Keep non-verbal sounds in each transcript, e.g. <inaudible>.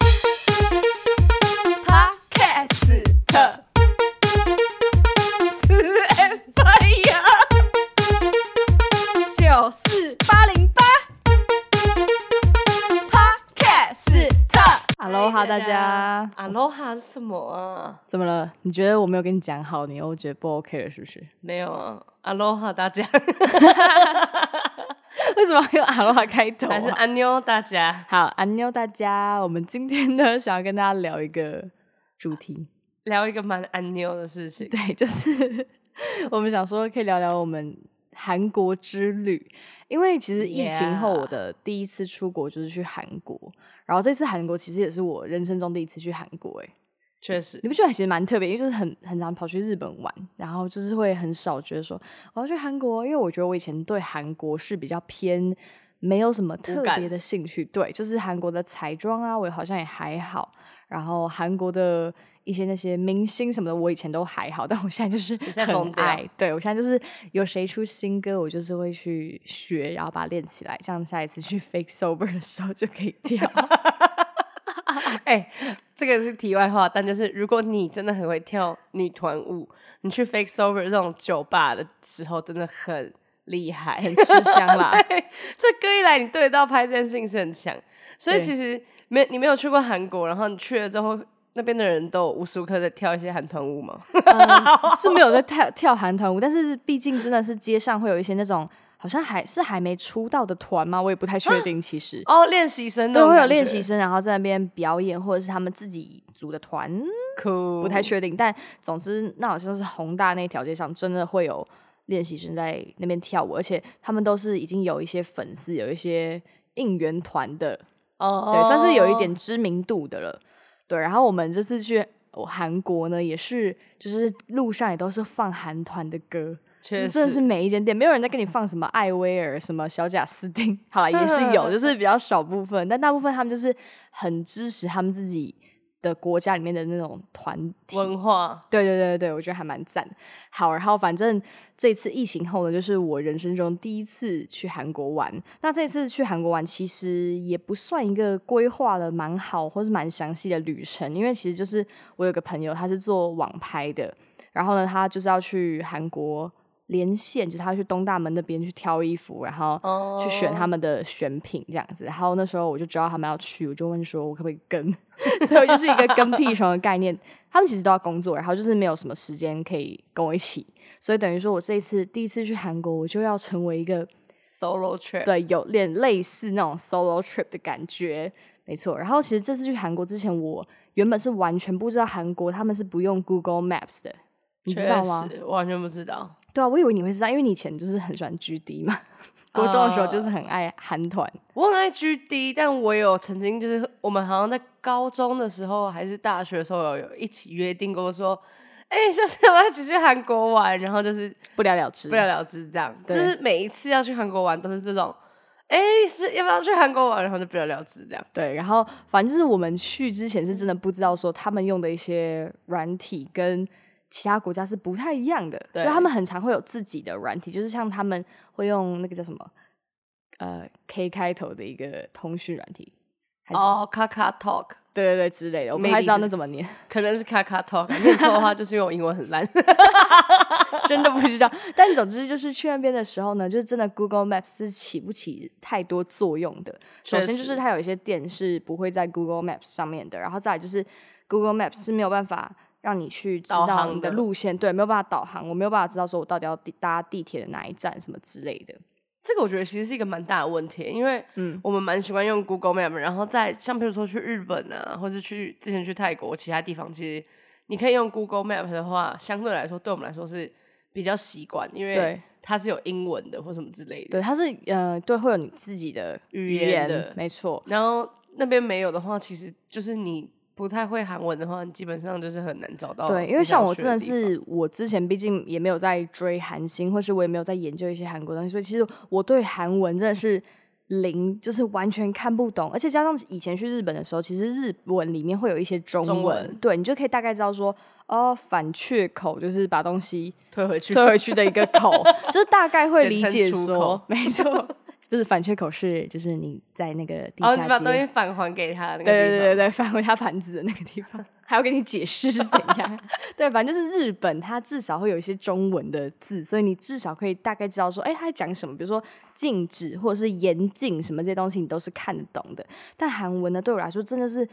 <laughs> Aloha 大家，啊，Aloha 是什么啊？怎么了？你觉得我没有跟你讲好，你又觉得不 OK 了，是不是？没有啊，Aloha 大家， <laughs> 为什么要用 Aloha 开头、还是啊？安妞大家？好，安妞大家，我们今天呢，想要跟大家聊一个主题，聊一个蛮安妞的事情。对，就是 <laughs> 我们想说可以聊聊我们韩国之旅，因为其实疫情后 Yeah 我的第一次出国就是去韩国，然后这次韩国其实也是我人生中第一次去韩国、欸，确实你，不觉得其实蛮特别？因为就是很很常跑去日本玩，然后就是会很少觉得说我要去韩国，因为我觉得我以前对韩国是比较偏没有什么特无感别的兴趣。对，就是韩国的彩妆啊，我好像也还好。然后韩国的一些那些明星什么的，我以前都还好，但我现在就是在很疯掉爱。对我现在就是有谁出新歌，我就是会去学，然后把它练起来，这样下一次去 fake sober 的时候就可以 <laughs> 跳。哎、这个是题外话，但就是如果你真的很会跳女团舞，你去 Fake Sober 这种酒吧的时候，真的很厉 <laughs> 害，很吃香啦对这歌一来，你对得到拍这件事情是很强。所以对其实没你没有去过韩国，然后你去了之后，那边的人都有无时无刻在跳一些韩团舞吗？嗯，是没有在 <laughs> 跳跳韩团舞，但是毕竟真的是街上会有一些那种好像还是还没出道的团吗？我也不太确定，其实。哦，练习生那都种会有感练觉习，生，然后在那边表演，或者是他们自己组的团，酷，不太确定。但总之，那好像是宏大那条街上真的会有练习生在那边跳舞，而且他们都是已经有一些粉丝，有一些应援团的哦，对，算是有一点知名度的了。对，然后我们这次去哦韩国呢，也是就是路上也都是放韩团的歌，就确是真的是实。每一间店，没有人在跟你放什么艾薇儿、什么小贾斯汀， <laughs> 好啦， <laughs> 也是有，就是比较少部分，但大部分他们就是很支持他们自己的国家里面的那种团体文化对对对对，我觉得还蛮赞。好，然后反正这次疫情后呢，就是我人生中第一次去韩国玩。那这次去韩国玩，其实也不算一个规划的蛮好或是蛮详细的旅程，因为其实就是我有个朋友，他是做网拍的，然后呢，他就是要去韩国连线，就是他要去东大门那边去挑衣服，然后哦去选他们的选品这样子。然后那时候我就知道他们要去，我就问说我可不可以跟， <laughs> 所以我就是一个跟屁虫的概念。他们其实都要工作，然后就是没有什么时间可以跟我一起，所以等于说我这一次第一次去韩国，我就要成为一 <laughs> 个 solo trip，对，有点类似那种 solo trip 的感觉，没错。然后其实这次去韩国之前，我原本是完全不知道韩国他们是不用 Google Maps 的，你知确道吗？实我完全不知道。对啊，我以为你会知道，因为你以前就是很喜欢 GD 嘛， <laughs> 国中的时候呃就是很爱韩团。我很爱 GD，但我有曾经就是我们好像在高中的时候还是大学的时候有有一起约定过说，哎、下次我要一起去韩国玩，然后就是不了了之，不了了之这样，就对是每一次要去韩国玩都是这种，哎、是要不要去韩国玩，然后就不了了之这样。对，然后反正就是我们去之前是真的不知道说他们用的一些软体跟其他国家是不太一样的，就对他们很常会有自己的软体，就是像他们会用那个叫什么呃 K 开头的一个通讯软体，还是哦，卡卡 talk，对对对之类的，我不 Maybe 太知道是那怎么 <laughs> 念，可能是卡卡 talk，念错的 <laughs> 话就是因为我英文很烂。真的不知道。但总之就是去那边的时候呢，就是真的 Google Map 是起不起太多作用的。首确先就实是它有一些店是不会在 Google Map 上面的，然后再来就是 Google Map 是没有办法让你去知导道航你的的路线，对，没有办法导航，我没有办法知道说我到底要地搭地铁的哪一站什么之类的。这个我觉得其实是一个蛮大的问题，因为嗯我们蛮喜欢用 Google Map，然后在像比如说去日本啊，或是去之前去泰国其他地方，其实你可以用 Google Map 的话，相对来说对我们来说是比较习惯，因为对它是有英文的或什么之类的。对，它是呃，对，会有你自己的语语言的没错。然后那边没有的话，其实就是你不太会韩文的话，你基本上就是很难找到你想要对，去地方。因为像我真的是，我之前毕竟也没有在追韩星，或是我也没有在研究一些韩国东西，所以其实我对韩文真的是零，就是完全看不懂。而且加上以前去日本的时候，其实日文里面会有一些中文，中文对你就可以大概知道说，哦，反却口就是把东西退回去退回去的一个口，就是大概会理简称解出说口，没错， <laughs> 就是反却口是就是你在那个地然后下哦你街。把东西返还给他的那个地方。对对对对，返回他盘子的那个地方，还要跟你解释是怎 <laughs> 样。对，反正就是日本，它至少会有一些中文的字，所以你至少可以大概知道说，哎，他在讲什么。比如说禁止或者是严禁什么这些东西，你都是看得懂的。但韩文呢，对我来说真的是。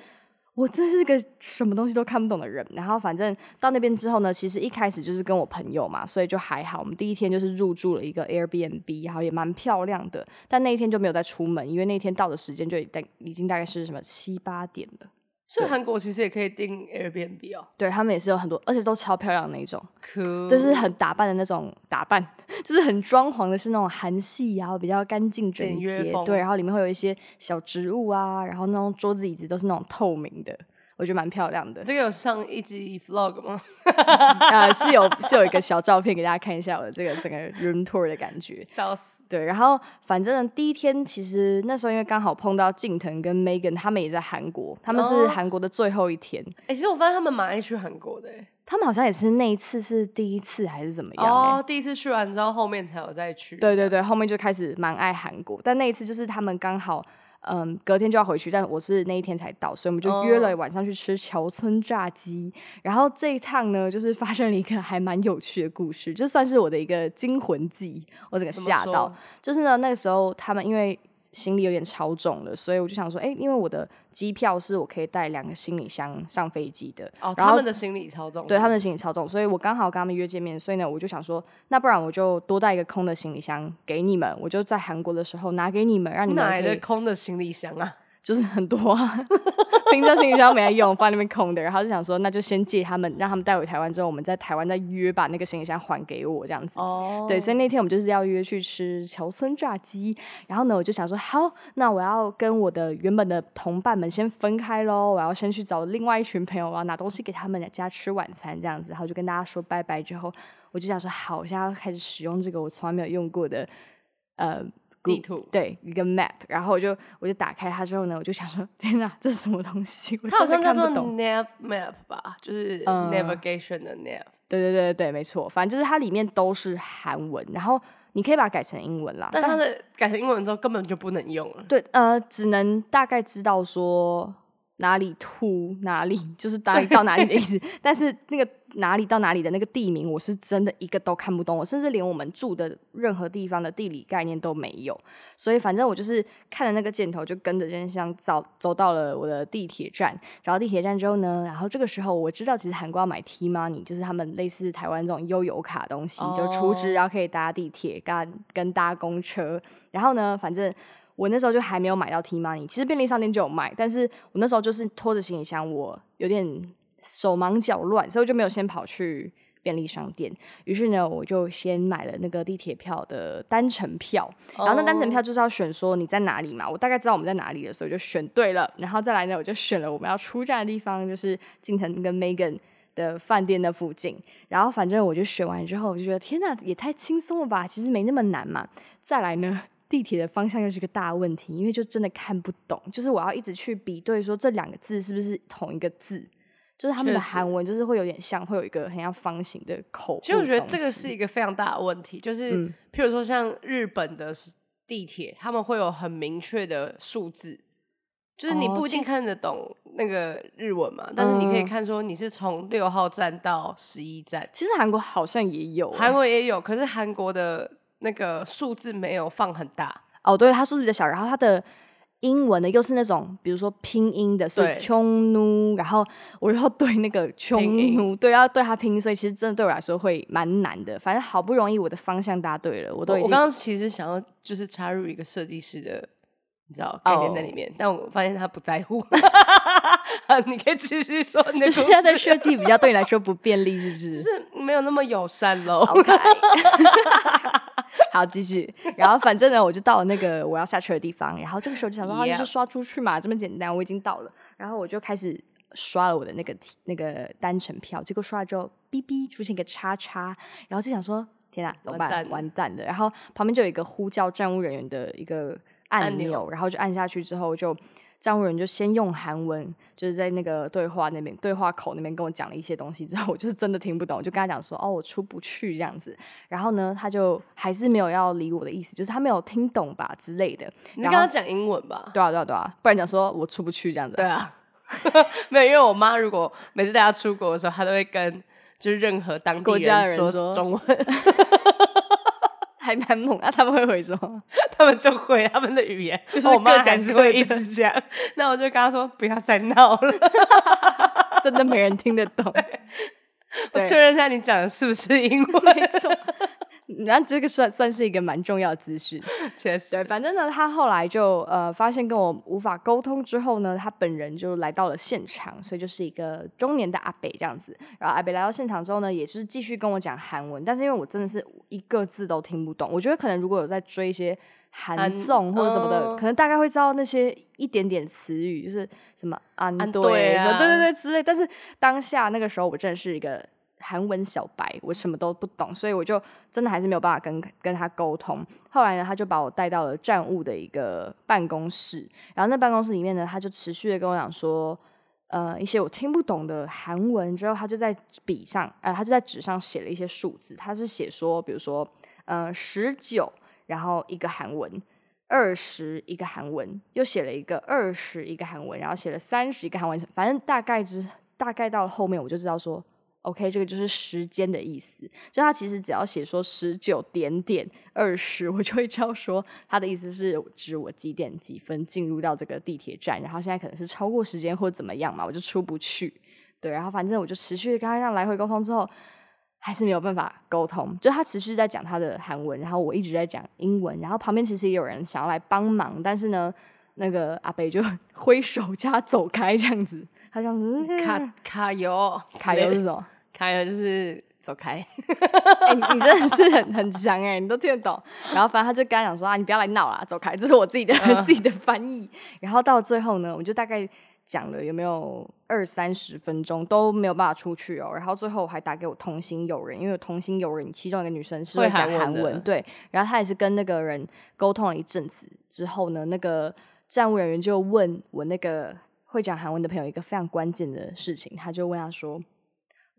我真是个什么东西都看不懂的人。然后反正到那边之后呢，其实一开始就是跟我朋友嘛，所以就还好。我们第一天就是入住了一个 Airbnb，然后也蛮漂亮的。但那一天就没有再出门，因为那天到的时间就已大已经大概是什么七八点了。所以韩国其实也可以订 Airbnb 哦，对他们也是有很多，而且都超漂亮的那一种，可就是很打扮的那种打扮， <laughs> 就是很装潢的是那种韩系啊，比较干净整简约洁，风对，然后里面会有一些小植物啊，然后那种桌子椅子都是那种透明的，我觉得蛮漂 <laughs> 亮的。这个有上一集 vlog 吗？呃，是有是有一个小照片给大家看一下我的这个整个 room tour 的感觉。笑死！对，然后反正第一天其实那时候因为刚好碰到静藤跟 Megan 他们也在韩国，他们是哦韩国的最后一天，哎、其实我发现他们蛮爱去韩国的、欸。他们好像也是那一次是第一次还是怎么样、欸？哦，第一次去完之后，后面才有再去。对对对，后面就开始蛮爱韩国，但那一次就是他们刚好。嗯，隔天就要回去，但我是那一天才到，所以我们就哦约了晚上去吃桥村炸鸡。然后这一趟呢，就是发生了一个还蛮有趣的故事，就算是我的一个惊魂记，我整个怎么吓到说。就是呢，那个时候他们因为行李有点超重了，所以我就想说，哎、因为我的机票是我可以带两个行李箱上飞机的，哦，然他后们的行李超重，对他们的行李超重，所以我刚好跟他们约见面，所以呢，我就想说，那不然我就多带一个空的行李箱给你们，我就在韩国的时候拿给你们，让你你们哪来可的以空的行李箱啊？就是很多啊， <laughs> 平常行李箱没来用，放在那边空的，然后就想说，那就先借他们，让他们带回台湾之后，我们在台湾再约把那个行李箱还给我这样子。哦对，所以那天我们就是要约去吃乔村炸鸡，然后呢，我就想说，好，那我要跟我的原本的同伴们先分开喽，我要先去找另外一群朋友，我要拿东西给他们家吃晚餐这样子，然后就跟大家说拜拜之后，我就想说，好，我现在要开始使用这个我从来没有用过的，呃。地图对一个 map，然后我就我就打开它之后呢，我就想说， <laughs> 天哪，这是什么东西？我它好真像的叫看做不懂。 nav map 吧，就是嗯 navigation 的 nav。对对对对对，没错，反正就是它里面都是韩文，然后你可以把它改成英文啦，但它的改成英文之后根本就不能用了。对，呃，只能大概知道说哪里吐哪里，就是哪里到哪里的意思。但是那个哪里到哪里的那个地名，我是真的一个都看不懂，我甚至连我们住的任何地方的地理概念都没有。所以反正我就是看了那个箭头，就跟着这件箱走走到了我的地铁站。然后地铁站之后呢，然后这个时候我知道，其实韩国要买 T Money，就是他们类似台湾这种悠游卡的东西，就储值，哦然后可以搭地铁、跟跟搭公车。然后呢，反正我那时候就还没有买到 T Money，其实便利商店就有卖，但是我那时候就是拖着行李箱，我有点手忙脚乱，所以我就没有先跑去便利商店。于是呢，我就先买了那个地铁票的单程票，然后那单哦程票就是要选说你在哪里嘛，我大概知道我们在哪里了，所以我就选对了。然后再来呢，我就选了我们要出站的地方，就是近藤跟 Megan 的饭店的附近。然后反正我就选完之后，我就觉得天哪，也太轻松了吧，其实没那么难嘛。再来呢，地铁的方向又是个大问题，因为就真的看不懂，就是我要一直去比对说这两个字是不是同一个字。就是他们的确实韩文，就是会有点像，会有一个很像方形的口。其实我觉得这个是一个非常大的问题，就是、嗯譬如说像日本的地铁，他们会有很明确的数字，就是你哦不一定看得懂那个日文嘛，但是你可以嗯看说你是从六号站到十一站，其实韩国好像也有欸、韩国也有，可是韩国的那个数字没有放很大，哦，对，它数字比较小，然后它的英文呢又是那种，比如说拼音的，所以对琼努，然后我又要对那个琼拼努，对，要对它拼音，所以其实真的对我来说会蛮难的。反正好不容易我的方向答对了，我都我已我经刚刚其实想要就是插入一个设计师的，你知道概念在里哦面但我发现他不在 <laughs> 乎。好你可以继续说你的就是故事，它的设计比较对你来说不便利，是不是？就是没有那么友善 <laughs> 喽。 <laughs> OK，好，继续。然后反正呢，我就到了那个我要下车的地方，然后这个时候就想说，啊， Yeah 就是刷出去嘛，这么简单，我已经到了。然后我就开始刷了我的那个提那个单程票，结果刷了之后，哔哔出现一个叉叉，然后就想说，天哪，怎么办？完蛋了完蛋了。然后旁边就有一个呼叫站务人员的一个按按钮，钮然后就按下去之后就。站务人就先用韩文，就是在那个对话那边对话口那边跟我讲了一些东西之后，我 <laughs> 就是真的听不懂，我就跟他讲说哦，我出不去这样子。然后呢，他就还是没有要理我的意思，就是他没有听懂吧之类的。你然跟后他讲英文吧。对啊对啊对啊，不然讲说我出不去这样子。对啊， <laughs> 没有，因为我妈如果每次带她出国的时候，她都会跟就是任何当地国家的人说说中文，还还蛮猛。那、他们会回什么？ <laughs> 他们就会他们的语言，就是我妈各讲还是各会的一直讲。 <laughs> 那我就跟他说不要再闹了， <laughs> 真的没人听得懂。我对确认一下你讲的是不是英没文。 <laughs> 错。 <laughs> 然后这个算算是一个蛮重要的资讯，确实，对，反正呢，他后来就呃发现跟我无法沟通之后呢，他本人就来到了现场，所以就是一个中年的阿北这样子。然后阿北来到现场之后呢，也是继续跟我讲韩文，但是因为我真的是一个字都听不懂，我觉得可能如果有在追一些韩韩综或者什么的，哦可能大概会知道那些一点点词语，就是什么安安对对什么对啊对对之类。但是当下那个时候，我真的是一个韩文小白，我什么都不懂，所以我就真的还是没有办法跟跟他沟通。后来呢，他就把我带到了站务的一个办公室，然后那办公室里面呢，他就持续的跟我讲说，呃，一些我听不懂的韩文。之后他就在笔上，呃，他就在纸上写了一些数字，他是写说，比如说，呃，十九，然后一个韩文。二十一个韩文，又写了一个二十一个韩文，然后写了三十一个韩文，反正大概之大概到了后面我就知道说，OK，这个就是时间的意思。就他其实只要写说十九点点二十，我就会知道说他的意思是指我几点几分进入到这个地铁站，然后现在可能是超过时间或怎么样嘛，我就出不去。对，然后反正我就持续跟他这样来回沟通之后，还是没有办法沟通，就他持续在讲他的韩文，然后我一直在讲英文，然后旁边其实也有人想要来帮忙，但是呢，那个阿北就 <laughs> 挥手叫他走开这样子，他这样子哦嗯卡卡油，卡油是什么？卡油就是走 <laughs> 开。 <laughs> 哎、你你真的是很很强哎、你都听得懂。然后反正他就跟他讲说啊，你不要来闹啦，走开，这是我自己的、<laughs> 嗯自己的翻译。然后到最后呢，我就大概讲了有没有二三十分钟都没有办法出去哦。然后最后我还打给我同行友人，因为我同行友人其中一个女生是会会讲韩文韩文，的对。然后她也是跟那个人沟通了一阵子之后呢，那个站务人员就问我那个会讲韩文的朋友一个非常关键的事情，他就问他说。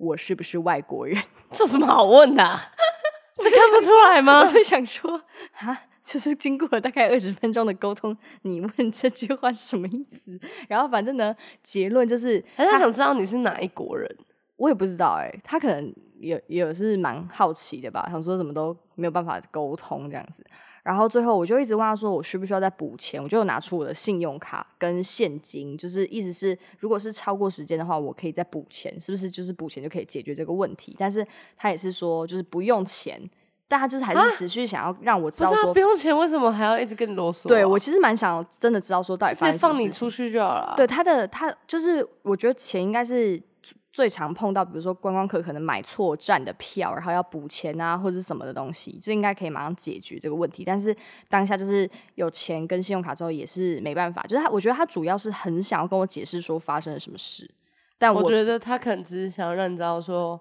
我是不是外国人？这有什么好问的啊、 <laughs> 这看不出来吗 <laughs> 我？就想说啊，就是经过了大概二十分钟的沟通，你问这句话是什么意思？ <laughs> 然后反正呢，结论就是，还是他想知道你是哪一国人？我也不知道哎、他可能也也是蛮好奇的吧，想说怎么都没有办法沟通这样子。然后最后我就一直问他说，我需不需要再补钱？我就有拿出我的信用卡跟现金，就是意思是，如果是超过时间的话，我可以再补钱，是不是？就是补钱就可以解决这个问题。但是他也是说，就是不用钱，但他就是还是持续想要让我知啊不道是说啊，不用钱，为什么还要一直跟你啰嗦啊、对我其实蛮想真的知道说到底发直生接什么放你事情出去就好了啊。对他的他就是，我觉得钱应该是最最常碰到，比如说观光客可能买错站的票，然后要补钱啊，或者是什么的东西，这应该可以马上解决这个问题。但是当下就是有钱跟信用卡之后也是没办法，就是他我觉得他主要是很想要跟我解释说发生了什么事，但我我觉得他可能只是想让你知道说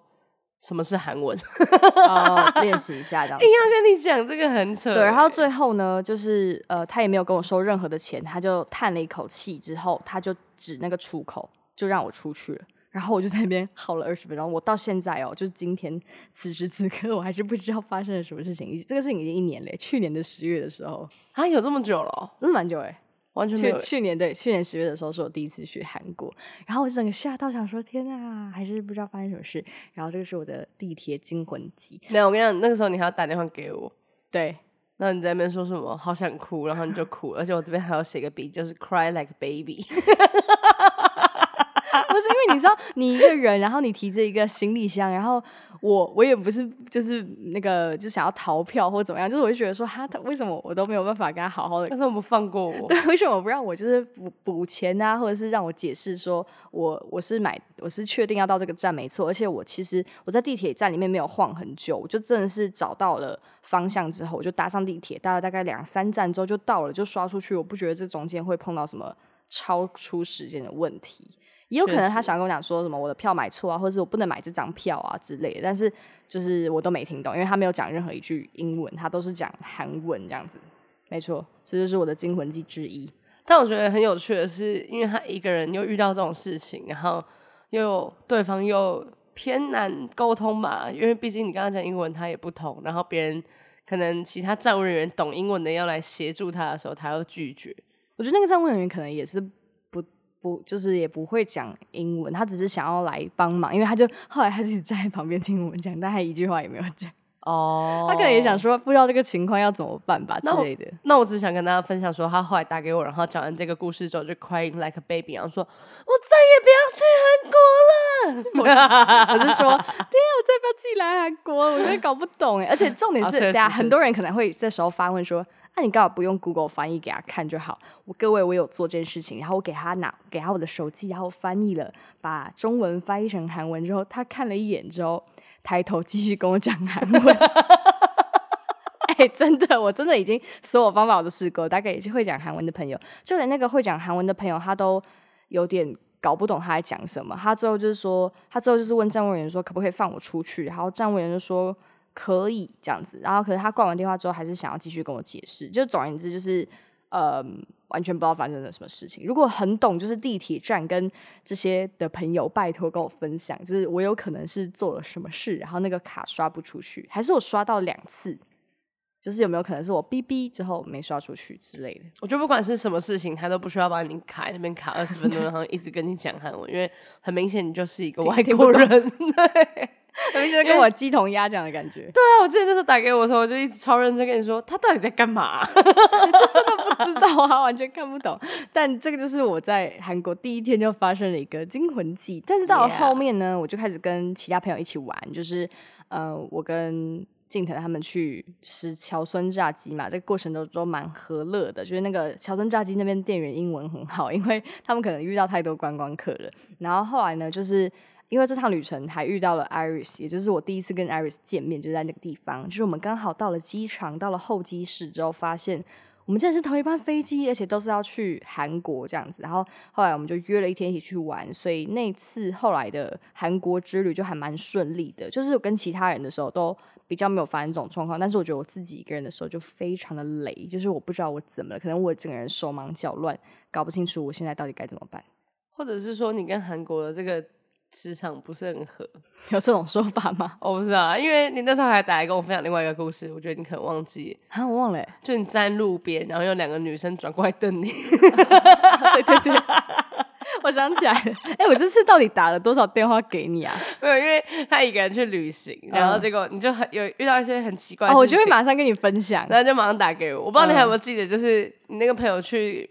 什么是 <laughs> 韩文，硬呃练习一下这样子。要跟你讲这个很扯欸。对，然后最后呢，就是呃，他也没有跟我收任何的钱，他就叹了一口气之后，他就指那个出口，就让我出去了。然后我就在那边耗了二十分钟，我到现在哦，就是今天此时此刻，我还是不知道发生了什么事情。已这个事情已经一年了，去年的十月的时候，啊，有这么久了哦、真的蛮久哎。完全没去有。去年对，去年十月的时候是我第一次去韩国，然后我整个吓到，想说天呐，还是不知道发生什么事。然后这个是我的地铁惊魂记，没有，我跟你讲，那个时候你还要打电话给我，对，那你在那边说什么？好想哭，然后你就哭，而且我这边还要写个笔，就是 cry like baby。 <laughs> 不是因为你知道，你一个人，然后你提着一个行李箱，然后我我也不是就是那个就想要逃票或怎么样，就是我就觉得说哈，他为什么我都没有办法跟他好好的为，什么不放过 <laughs> 我？对，为什么不让我就是补补钱啊，或者是让我解释说我我是买我是确定要到这个站没错，而且我其实我在地铁站里面没有晃很久，我就真的是找到了方向之后，我就搭上地铁，搭了大概两三站之后就到了，就刷出去，我不觉得这中间会碰到什么超出时间的问题。也有可确能实他想跟我讲说什么我的票买错啊，或者是我不能买这张票啊之类的，但是就是我都没听懂，因为他没有讲任何一句英文，他都是讲韩文这样子。没错，这就是我的惊魂记之一。但我觉得很有趣的是，因为他一个人又遇到这种事情，然后又对方又偏难沟通嘛，因为毕竟你刚刚讲英文他也不通，然后别人可能其他站务人员懂英文的要来协助他的时候，他又拒绝。我觉得那个站务人员可能也是不不，就是也不会讲英文，他只是想要来帮忙，因为他就后来他自己站在旁边听我们讲，但他一句话也没有讲。哦，他可能也想。说，不知道这个情况要怎么办吧之那我类的。 <laughs> 那我只想跟大家分享说，他后来打给我，然后讲完这个故事之后，就 crying like a baby，然后说：“我再也不要去韩国了。 <laughs> <laughs> 我是说，天啊，我再也不要自己来韩国了，我真的搞不懂哎。而且重点啊是，确实大家确很多人可能会这时候发问说。那、你干嘛不用 Google 翻译给他看就好？我各位，我有做这件事情，然后我给他拿给他我的手机，然后翻译了，把中文翻译成韩文之后，他看了一眼之后，抬头继续跟我讲韩文。 <laughs> 哎、真的，我真的已经所有方法我都试过，大概已经会讲韩文的朋友，就连那个会讲韩文的朋友，他都有点搞不懂他在讲什么。他最后就是说，他最后就是问站务员说可不可以放我出去，然后站务员就说可以这样子。然后可是他挂完电话之后，还是想要继续跟我解释。就总而言之，就是呃，完全不知道发生了什么事情。如果很懂就是地铁站跟这些的朋友，拜托跟我分享，就是我有可能是做了什么事，然后那个卡刷不出去，还是我刷到两次。就是有没有可能是我哔哔之后没刷出去之类的？”我觉得不管是什么事情，他都不需要把你卡在那边卡二十 <laughs> 分钟，然后一直跟你讲韩文，因为很明显你就是一个外听不国懂人。 <laughs> 对。有一种跟 <laughs> 我鸡同鸭讲的感觉。对啊，我记得那时候打给我的时候，我就一直超认真跟你说，他到底在干嘛、啊不知道啊，完全看不懂。 <laughs> 但这个就是我在韩国第一天就发生了一个惊魂记。但是到了 Yeah 后面呢我就开始跟其他朋友一起玩，就是呃，我跟静腾他们去吃乔村炸鸡嘛，这个过程都都蛮和乐的。就是那个乔村炸鸡那边店员英文很好，因为他们可能遇到太多观光客了。然后后来呢，就是。因为这趟旅程还遇到了 Iris，也就是我第一次跟 Iris 见面，就在那个地方。就是我们刚好到了机场，到了候机室之后，发现我们竟然是同一班飞机，而且都是要去韩国这样子。然后后来我们就约了一天一起去玩，所以那次后来的韩国之旅就还蛮顺利的。就是我跟其他人的时候都比较没有发生这种状况，但是我觉得我自己一个人的时候就非常的累，就是我不知道我怎么了，可能我整个人手忙脚乱，搞不清楚我现在到底该怎么办。 <laughs> <laughs> 或者是说你跟韩国的这个磁场不是很合？有这种说法吗？我不知道啊，因为你那时候还打来跟我分享另外一个故事，我觉得你可能忘记，啊，我忘了、欸。就你站路边，然后有两个女生转过来瞪 <laughs> 你，<laughs> 对对对， <laughs> 我想起来了。哎、我这次到底打了多少电话给你啊？没有，因为他一个人去旅行，然后结果你就很有遇到一些很奇怪的嗯哦，事情，我就会马上跟你分享。然后就马上打给我。我不知道你还有没有记得，就是你那个朋友去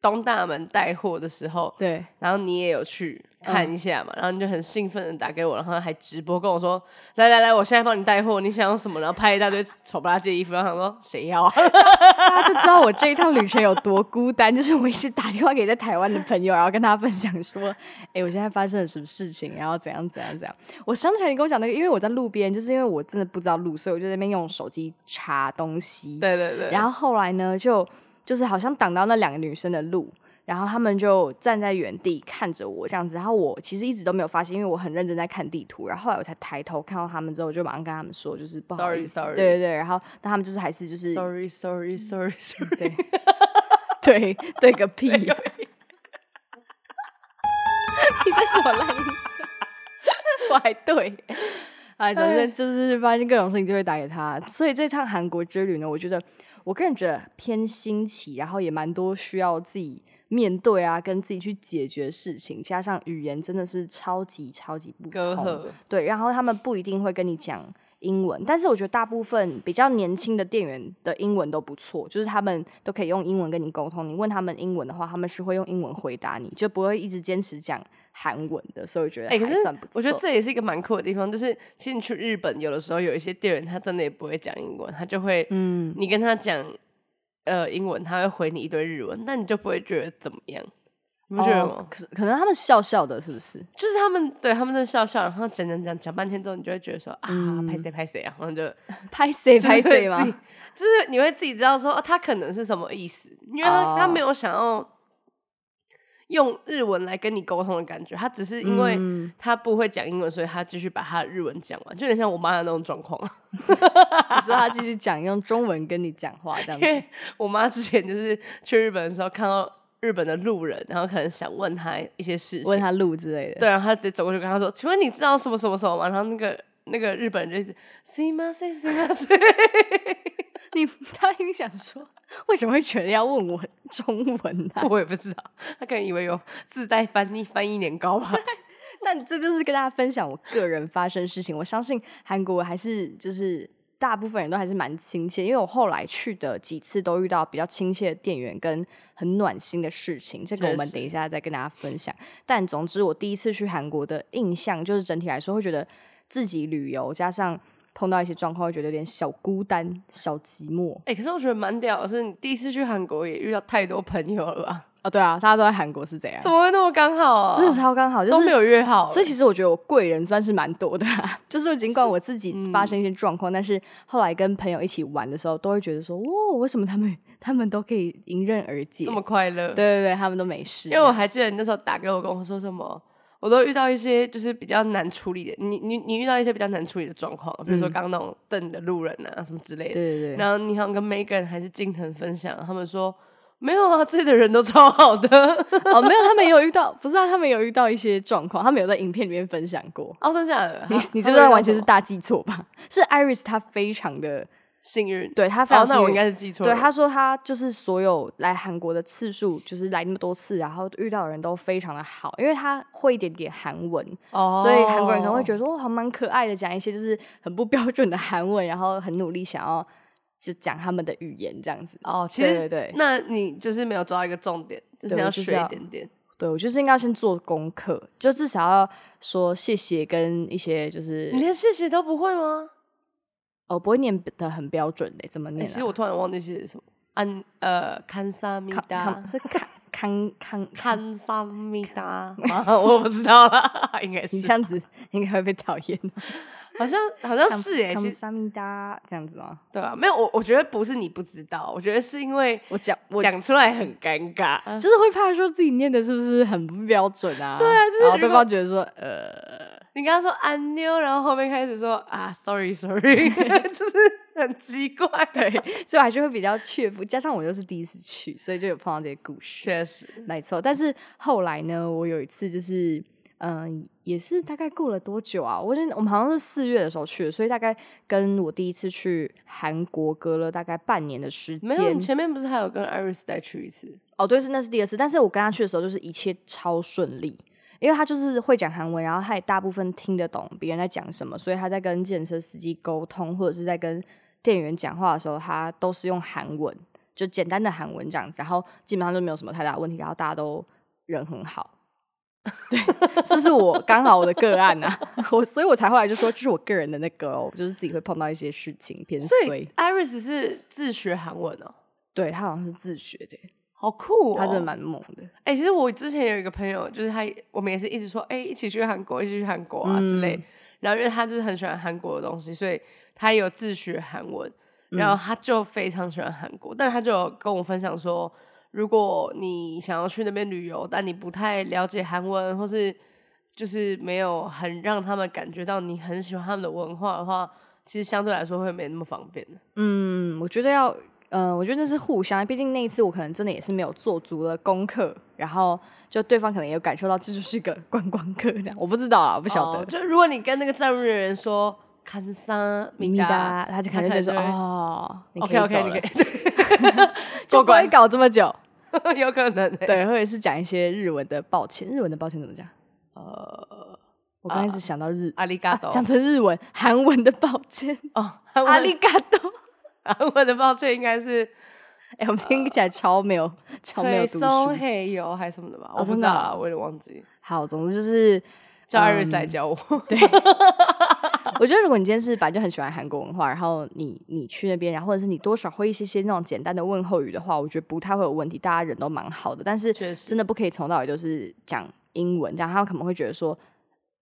东大门带货的时候，对，然后你也有去看一下嘛，然后你就很兴奋的打给我，然后还直播跟我说：“来来来，我现在帮你带货，你想要什么？”然后拍一大堆丑不拉几的衣服，然后想说谁要啊？ <laughs> 大家就知道我这一趟旅程有多孤单。就是我一直打电话给在台湾的朋友，然后跟他分享说：“ <laughs> 哎、我现在发生了什么事情，然后怎样怎样怎样。”我想起来你跟我讲那个，因为我在路边，就是因为我真的不知道路，所以我就在那边用手机查东西。对对对，然后后后来呢，就就是好像挡到那两个女生的路，然后他们就站在原地看着我这样子。然后我其实一直都没有发现，因为我很认真在看地图。然后后来我才抬头看到他们之后，我就马上跟他们说，就是不好 Sorry, 意思 sorry 对对对。然后但他们就是还是就是。 <laughs> sorry sorry sorry <laughs> sorry，对对对个屁、呀！ <laughs> 你这什么烂音效？我还对。哎，总之就是发现各种事情就会打给他，所以这趟韩国之旅呢，我觉得我个人觉得偏新奇，然后也蛮多需要自己面对啊，跟自己去解决的事情，加上语言真的是超级超级不隔同，阂对，然后他们不一定会跟你讲英文，但是我觉得大部分比较年轻的店员的英文都不错，就是他们都可以用英文跟你沟通。你问他们英文的话，他们是会用英文回答你，就不会一直坚持讲韩文的。所以我觉得哎、可还是算不错。嗯我觉得这也是一个蛮酷的地方，就是其实你去日本，有的时候有一些店员他真的也不会讲英文，他就会，嗯，你跟他讲呃英文，他会回你一堆日文，那你就不会觉得怎么样，你不觉得吗？哦可可能他们笑笑的，是不是？就是他们对他们在笑笑，然后讲讲讲讲半天之后，你就会觉得说啊，拍谁拍谁啊，然后就拍谁嗯 <laughs> 拍谁？就是自吗己？就是你会自己知道说、哦、他可能是什么意思，因为他、哦他没有想要用日文来跟你沟通的感觉，他只是因为嗯他不会讲英文，所以他继续把他的日文讲完，就有点像我妈的那种状况。你说他继续讲用中文跟你讲话这样因子？为我妈之前就是去日本的时候看到日本的路人，然后可能想问他一些事情，问他路之类的，对，然后他直接走过去跟他说：“请问你知道什么什么什么吗？”然后那个那个日本人就是“すいません，すいません <laughs> 你他一定想说，为什么会觉得要问我中文呢、” <laughs> 我也不知道，他可能以为有自带翻译翻译年糕吧。 <laughs> 但这就是跟大家分享我个人发生的事情。我相信韩国还是就是大部分人都还是蛮亲切，因为我后来去的几次都遇到比较亲切的店员跟很暖心的事情，这个我们确实等一下再跟大家分享。但总之，我第一次去韩国的印象就是整体来说会觉得自己旅游加上碰到一些状况，会觉得有点小孤单、小寂寞。哎、可是我觉得蛮屌的是，你第一次去韩国也遇到太多朋友了吧？哦，对啊，大家都在韩国是怎样怎？么会那么刚好、啊？真的超刚好，就都是没有约好欸、所以其实我觉得我贵人算是蛮多的、啊， <laughs> 就是尽管我自己嗯发生一些状况，但是后来跟朋友一起玩的时候，都会觉得说，哦，为什么他们他们都可以迎刃而解？这对么快乐。对对，他们都没事。因为我还记得你那时候打给我，跟我说什么，我都遇到一些就是比较难处理的，你你你遇到一些比较难处理的状况，比如说刚刚那种瞪你的路人啊什么之类的。对嗯对对，然后你好像跟 Megan 还是静藤分享，他们说没有啊，这里的人都超好的。哦，没有，他们也有遇到，不是啊，他们有遇到一些状况，他们有在影片里面分享过。哦，真的假的？ <laughs> 你 <laughs> 他你他这们遇段到完全什是么大记错吧？是 Iris 她非常的，幸运。对她非哦常，那幸我运应该是记错了。对，他说他就是所有来韩国的次数，就是来那么多次，然后遇到的人都非常的好，因为他会一点点韩文，哦，所以韩国人可能会觉得说哇，还蛮可爱的，讲一些就是很不标准的韩文，然后很努力想要就讲他们的语言这样子。哦，其对对实对，那你就是没有抓到一个重点，就是对你我要就是学一要点点。对我就是应该要先做功课，就至少要说谢谢跟一些就是你连谢谢都不会吗？哦，不会念的很标准的，怎么欸念其啊实？我突然忘记是什么，安呃，康萨米康达康，是康康 <laughs> 康，康萨米达，啊 <laughs> 我不知道啦， <laughs> 应该你这是，样子 <laughs> 应该会被讨厌。哦好像好像 <laughs> 是哎，康其实萨米达这样子哦吗？对啊，没有我，我觉得不是你不知道，我觉得是因为我讲我讲出来很尴尬，就是会怕说自己念的是不是很不标准啊？对啊就是然后对如果方觉得说，呃， <laughs> 你刚刚说安妞，然后后面开始说啊，sorry sorry，就是 <laughs> 很奇怪，对， <laughs> 所以我还是会比较怯步，加上我又是第一次去，所以就有碰到这些故事，确实，没错。但是后来呢，我有一次就是，嗯、也是大概过了多久啊？我觉得我们好像是四月的时候去的，所以大概跟我第一次去韩国隔了大概半年的时没有，间你。前面不是还有跟 Iris 再去一次？哦，对，是那是第二次，但是我跟他去的时候就是一切超顺利，因为他就是会讲韩文，然后他也大部分听得懂别人在讲什么，所以他在跟健车司机沟通或者是在跟店员讲话的时候，他都是用韩文，就简单的韩文这样子，然后基本上就没有什么太大问题，然后大家都人很好。对， <laughs> 是不是我刚好我的个案啊？我所以，我才后来就说，这是我个人的那个哦，就是自己会碰到一些事情偏所以衰。 Iris 是自学韩文哦，对他好像是自学的，好酷哦，他真的蛮猛的。哎、其实我之前有一个朋友，就是他，我们也是一直说，哎、一起去韩国，一起去韩国啊、之嗯类。然后因为他就是很喜欢韩国的东西，所以他也有自学韩文，嗯然后他就非常喜欢韩国。但他就有跟我分享说，如果你想要去那边旅游，但你不太了解韩文，或是就是没有很让他们感觉到你很喜欢他们的文化的话，其实相对来说会没那么方便的。嗯，我觉得要，呃，我觉得那是互相，毕竟那一次我可能真的也是没有做足了功课，然后就对方可能也有感受到这就是个观光客这样，我不知道啊，我不晓得。哦就如果你跟那个站务人员说“看桑米达”，他就可能就说会哦，你可以 OK OK，走你了，可就过不会关搞这么久。以， <laughs> 有可能、欸。对，或者是讲一些日文的抱歉，日文的抱歉怎么讲？呃，我刚开始想到日，啊阿里嘎多讲成日文，韩文的抱歉，哦， <laughs> 韩啊阿文里嘎多。 <laughs> 韩文的抱歉应该是哎，我们听起来超没有，超没有吹读松书。黑油还是什么的吧，我不真知的道啊啊，我有点忘记。好，总之就是叫艾瑞斯来教我，嗯我觉得如果你今天是本来就很喜欢韩国文化，然后你你去那边，然后或者是你多少会一些些那种简单的问候语的话，我觉得不太会有问题，大家人都蛮好的。但是确实真的不可以从到尾都是讲英文，这样他可能会觉得说，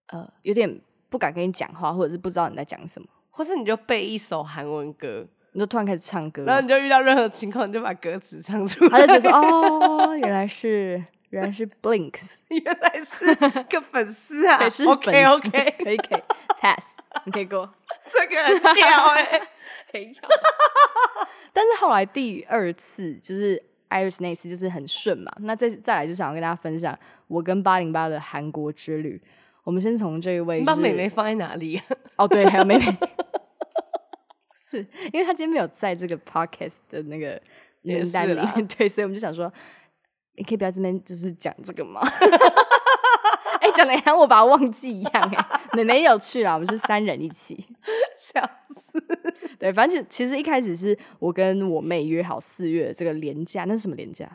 呃，有点不敢跟你讲话，或者是不知道你在讲什么，或是你就背一首韩文歌，你就突然开始唱歌，然后你就遇到任何情况，你就把歌词唱出他就觉来得。说哦，原来是原来是 <laughs> Blinks， <laughs> 原来是个粉丝啊对，是粉丝，OK OK， <laughs> 可以可以 pass，你可以过。这个很屌哎， <laughs> 谁要？但是后来第二次就是 Iris 那一次就是很顺嘛。那再再来就想要跟大家分享我跟八零八的韩国之旅。我们先从这一位、你就是，把美眉放在哪 <laughs> 里啊？哦，对，还有 <laughs> 妹妹，是因为她今天没有在这个 podcast 的那个也名单是里啦面，对，所以我们就想说，你可以不要这边就是讲这个吗？ <laughs> 哎、讲的像我把它忘记一样哎、妹妹有去啦，我们是三人一起。笑死！对，反正其其实一开始是我跟我妹约好四月这个连假，那是什么连假？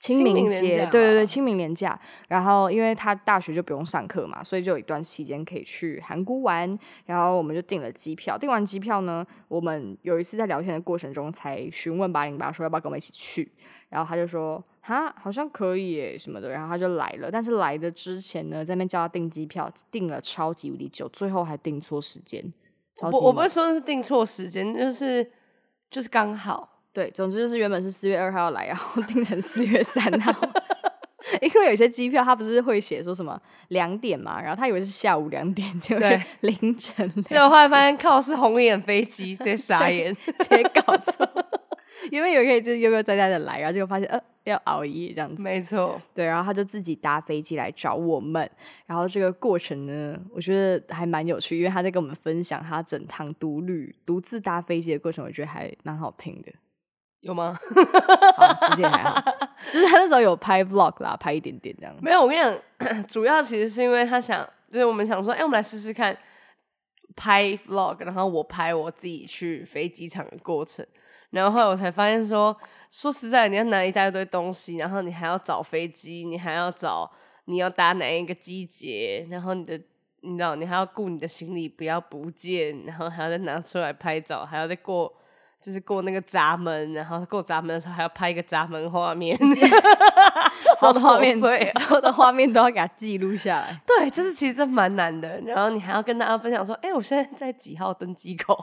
清清明明连节，假对对吧对，清明连假。然后因为她大学就不用上课嘛，所以就有一段期间可以去韩国玩。然后我们就订了机票，订完机票呢，我们有一次在聊天的过程中才询问八零八说要不要跟我们一起去，然后他就说哈，好像可以耶什么的，然后他就来了。但是来的之前呢，在那边叫他订机票，订了超级无敌久，最后还订错时间，超级我我不猛会说是定错时间，就是就是刚好。对，总之就是原本是四月二号要来，然后定成四月三号。 <laughs> 因为有些机票它不是会写说什么两点嘛，然后他以为是下午两点，结果是对凌晨两结果后来发现靠是红眼飞机，直接傻眼。直接搞错。 <laughs> 因为有一个就是悠悠哉哉的来，然后结果发现呃要熬夜这样子，没错，对，然后他就自己搭飞机来找我们，然后这个过程呢，我觉得还蛮有趣，因为他在跟我们分享他整趟独旅独自搭飞机的过程，我觉得还蛮好听的。有吗？ <laughs> 好，其实也 <laughs> 还好，就是他那时候有拍 vlog 啦，拍一点点这样。没有，我跟你讲， <coughs> 主要其实是因为他想，就是我们想说，哎、我们来试试看拍 vlog，然后我拍我自己去飞机场的过程。然后后来我才发现说，说实在，你要拿一大堆东西，然后你还要找飞机，你还要找你要搭哪一个机节，然后你的。你知道，你还要顾你的行李不要不见，然后还要再拿出来拍照，还要再过，就是过那个闸门，然后过闸门的时候还要拍一个闸门画面，所有的画面，好琐碎啊所有的画面都要给它记录下来。 <laughs> 对，就是其实这蛮难的。然后你还要跟大家分享说，哎、我现在在几号登机口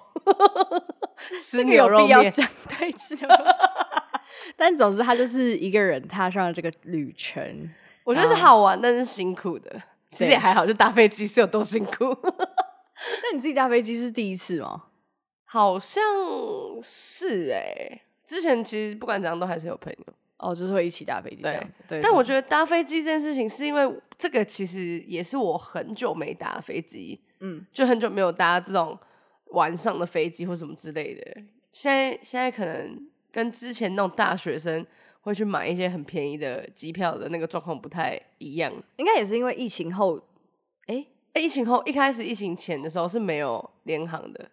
吃这个牛有肉必要面。讲对是的。 <laughs> 但总之，他就是一个人踏上了这个旅程。我觉得是好玩，但是辛苦的。其实也嗯对还好，就搭飞机是有多辛苦， <laughs> 那你自己搭飞机是第一次吗？好像是哎、之前其实不管怎样都还是有朋友，哦，就是会一起搭飞机这对样子。对，但我觉得，得搭飞机这件事情，是因为这个其实也是我很久没搭飞机，嗯，就很久没有搭这种晚上的飞机或什么之类的。现在现在可能跟之前那种大学生会去买一些很便宜的机票的那个状况不太一样。应该也是因为疫情后，哎，哎、疫情后一开始疫情前的时候是没有联航的，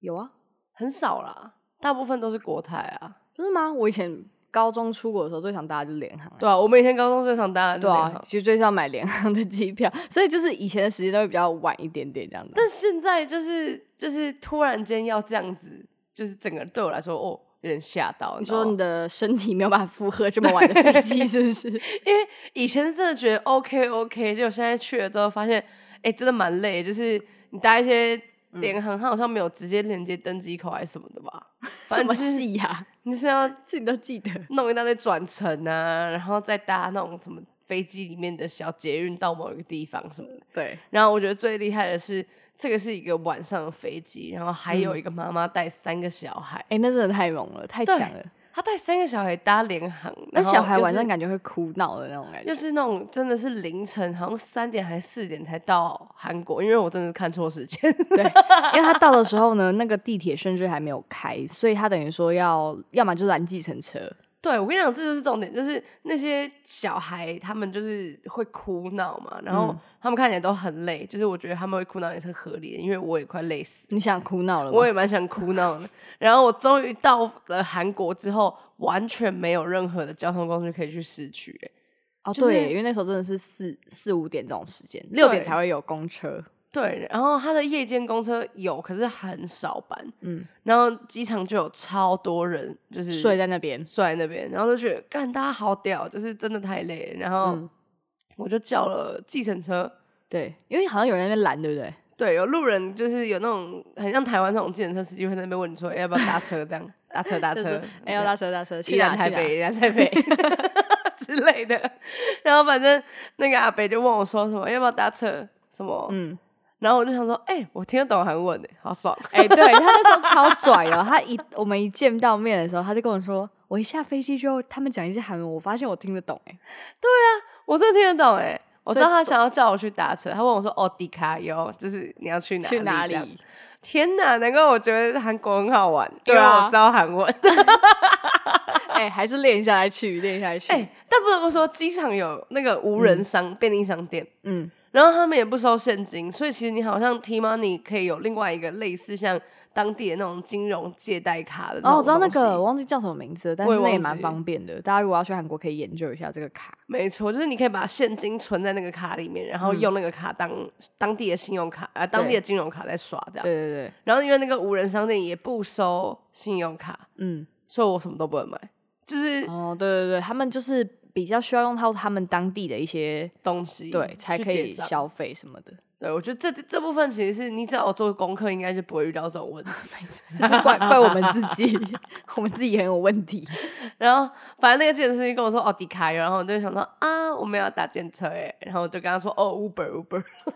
有啊，很少啦，大部分都是国泰啊。真的吗？我以前高中出国的时候最想搭的就是联航啊。对啊，我们以前高中最常搭的就是对联啊航，，其实就是要买联航的机票，所以就是以前的时间都会比较晚一点点这样子。啊但现在就是就是突然间要这样子，就是整个对我来说哦有点吓到。你知道说吗你的身体没有办法负荷这么晚的飞机，是不 <laughs> 是？因为以前是真的觉得 OK OK，结果现在去了之后发现，哎、真的蛮累，就是你搭一些嗯联航，它好像没有直接连接登机口还是什么的吧？ <laughs> 反这正么就是细呀、 <laughs> 你就是要自己都记得。弄一大堆转乘啊，然后再搭那种什么飞机里面的小捷运到某一个地方什么的。对，然后我觉得最厉害的是，这个是一个晚上的飞机，然后还嗯有一个妈妈带三个小孩，哎、那真的太猛了，太对强了。她带三个小孩搭联航，那然后小孩又晚是上感觉会哭闹的那种感觉就。是那种真的是凌晨，好像三点还是四点才到韩国，因为我真的是看错时间。 <laughs> 对，因为他到的时候呢，那个地铁甚至还没有开，所以他等于说要，要么就拦计程车。对我跟你讲，这就是重点，就是那些小孩他们就是会哭闹嘛，然嗯后他们看起来都很累，就是我觉得他们会哭闹也是合理的，因为我也快累死，你想哭闹了吗？我也蛮想哭闹的。 <laughs> 然后我终于到了韩国之后，完全没有任何的交通工具可以去市区、欸哦，就是对，因为那时候真的是四四五点这种时间，六点才会有公车。对，然后它的夜间公车有，可是很少班。嗯嗯，然后机场就有超多人，就是睡在那边，睡在那边，然后就觉得干大家好屌，就是真的太累了。嗯然后我就叫了计程车，对，因为好像有人在那边拦，对不对？对，有路人就是有那种很像台湾那种计程车司机会在那边问你说、哎要不要搭车这样，搭车 <laughs> 搭就是车，哎，要搭车搭车，去去南哪台去哪北，宜兰 <laughs> 台北 <laughs> 之类的。然后反正那个阿北就问我说什么要不要搭车什么，嗯嗯。然后我就想说，哎、我听得懂韩文的，好爽！ <laughs> 哎、对他那时候超拽哦，他一我们一见到面的时候，他就跟我说，我一下飞机之后，他们讲一些韩文，我发现我听得懂、哎，我真的听得懂哎、我知道所以他想要叫我去搭车，他问我说：“哦，迪卡哟，就是你要去哪去哪这样里？天哪！难怪我觉得韩国很好玩，对啊因为我知道韩文。 <laughs> 哎、还是练一下来去，练一下来去。哎、但不得不说，机场有那个无人商、便利商店，嗯，然后他们也不收现金，所以其实你好像 T Money 可以有另外一个类似像当地的那种金融借贷卡的。哦，我知道那个，我，忘记叫什么名字了，但我也是那也忘蛮记方便的。大家如果要去韩国，可以研究一下这个卡。没错，就是你可以把现金存在那个卡里面，嗯然后用那个卡当、当地的信用卡啊、呃当地的金融卡在刷这样对。对对，然后因为那个无人商店也不收信用卡，嗯，所以我什么都不能买，就是哦，对对对，他们就是比较需要用到他们当地的一些东西对，才去可以结账消费什么的。对，我觉得这这部分其实是你只要有做功课，应该就不会遇到这种问题。就是怪怪我们自己， <laughs> 我们自己很有问题。然后反正那个健身司机跟我说哦迪卡然后我就想说啊我们要打电车哎，然后我就跟他说哦 Uber <laughs> Uber， <laughs>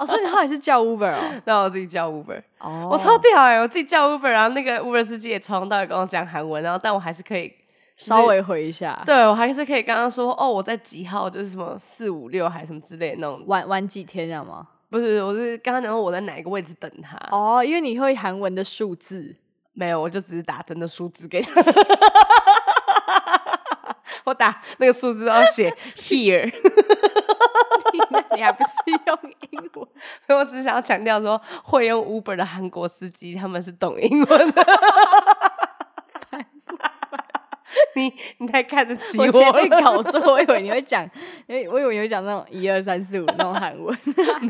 哦，所以你后来是叫 Uber 哦？那我自己叫 Uber，、哦我超屌哎，我自己叫 Uber，然后那个 Uber 司机也冲到底跟我讲韩文，然后但我还是可以。稍微回一下，对，我还是可以跟他说哦，我在几号，就是什么四五六还是什么之类的那种，玩玩几天这样吗？不是，我是跟他讲说我在哪一个位置等他。哦，因为你会韩文的数字，没有，我就只是打真的数字给他。 <laughs> 我打那个数字要写 <laughs> here， <laughs> 你还不是用 <laughs> 英文？ <laughs> 我只是想要强调说，会用 Uber 的韩国司机他们是懂英文的。 <laughs> 你你太看得起我我前面了，搞错，我以为你会讲， <laughs> 因为我以为你会讲那种一二三四五那种韩 <laughs> 文。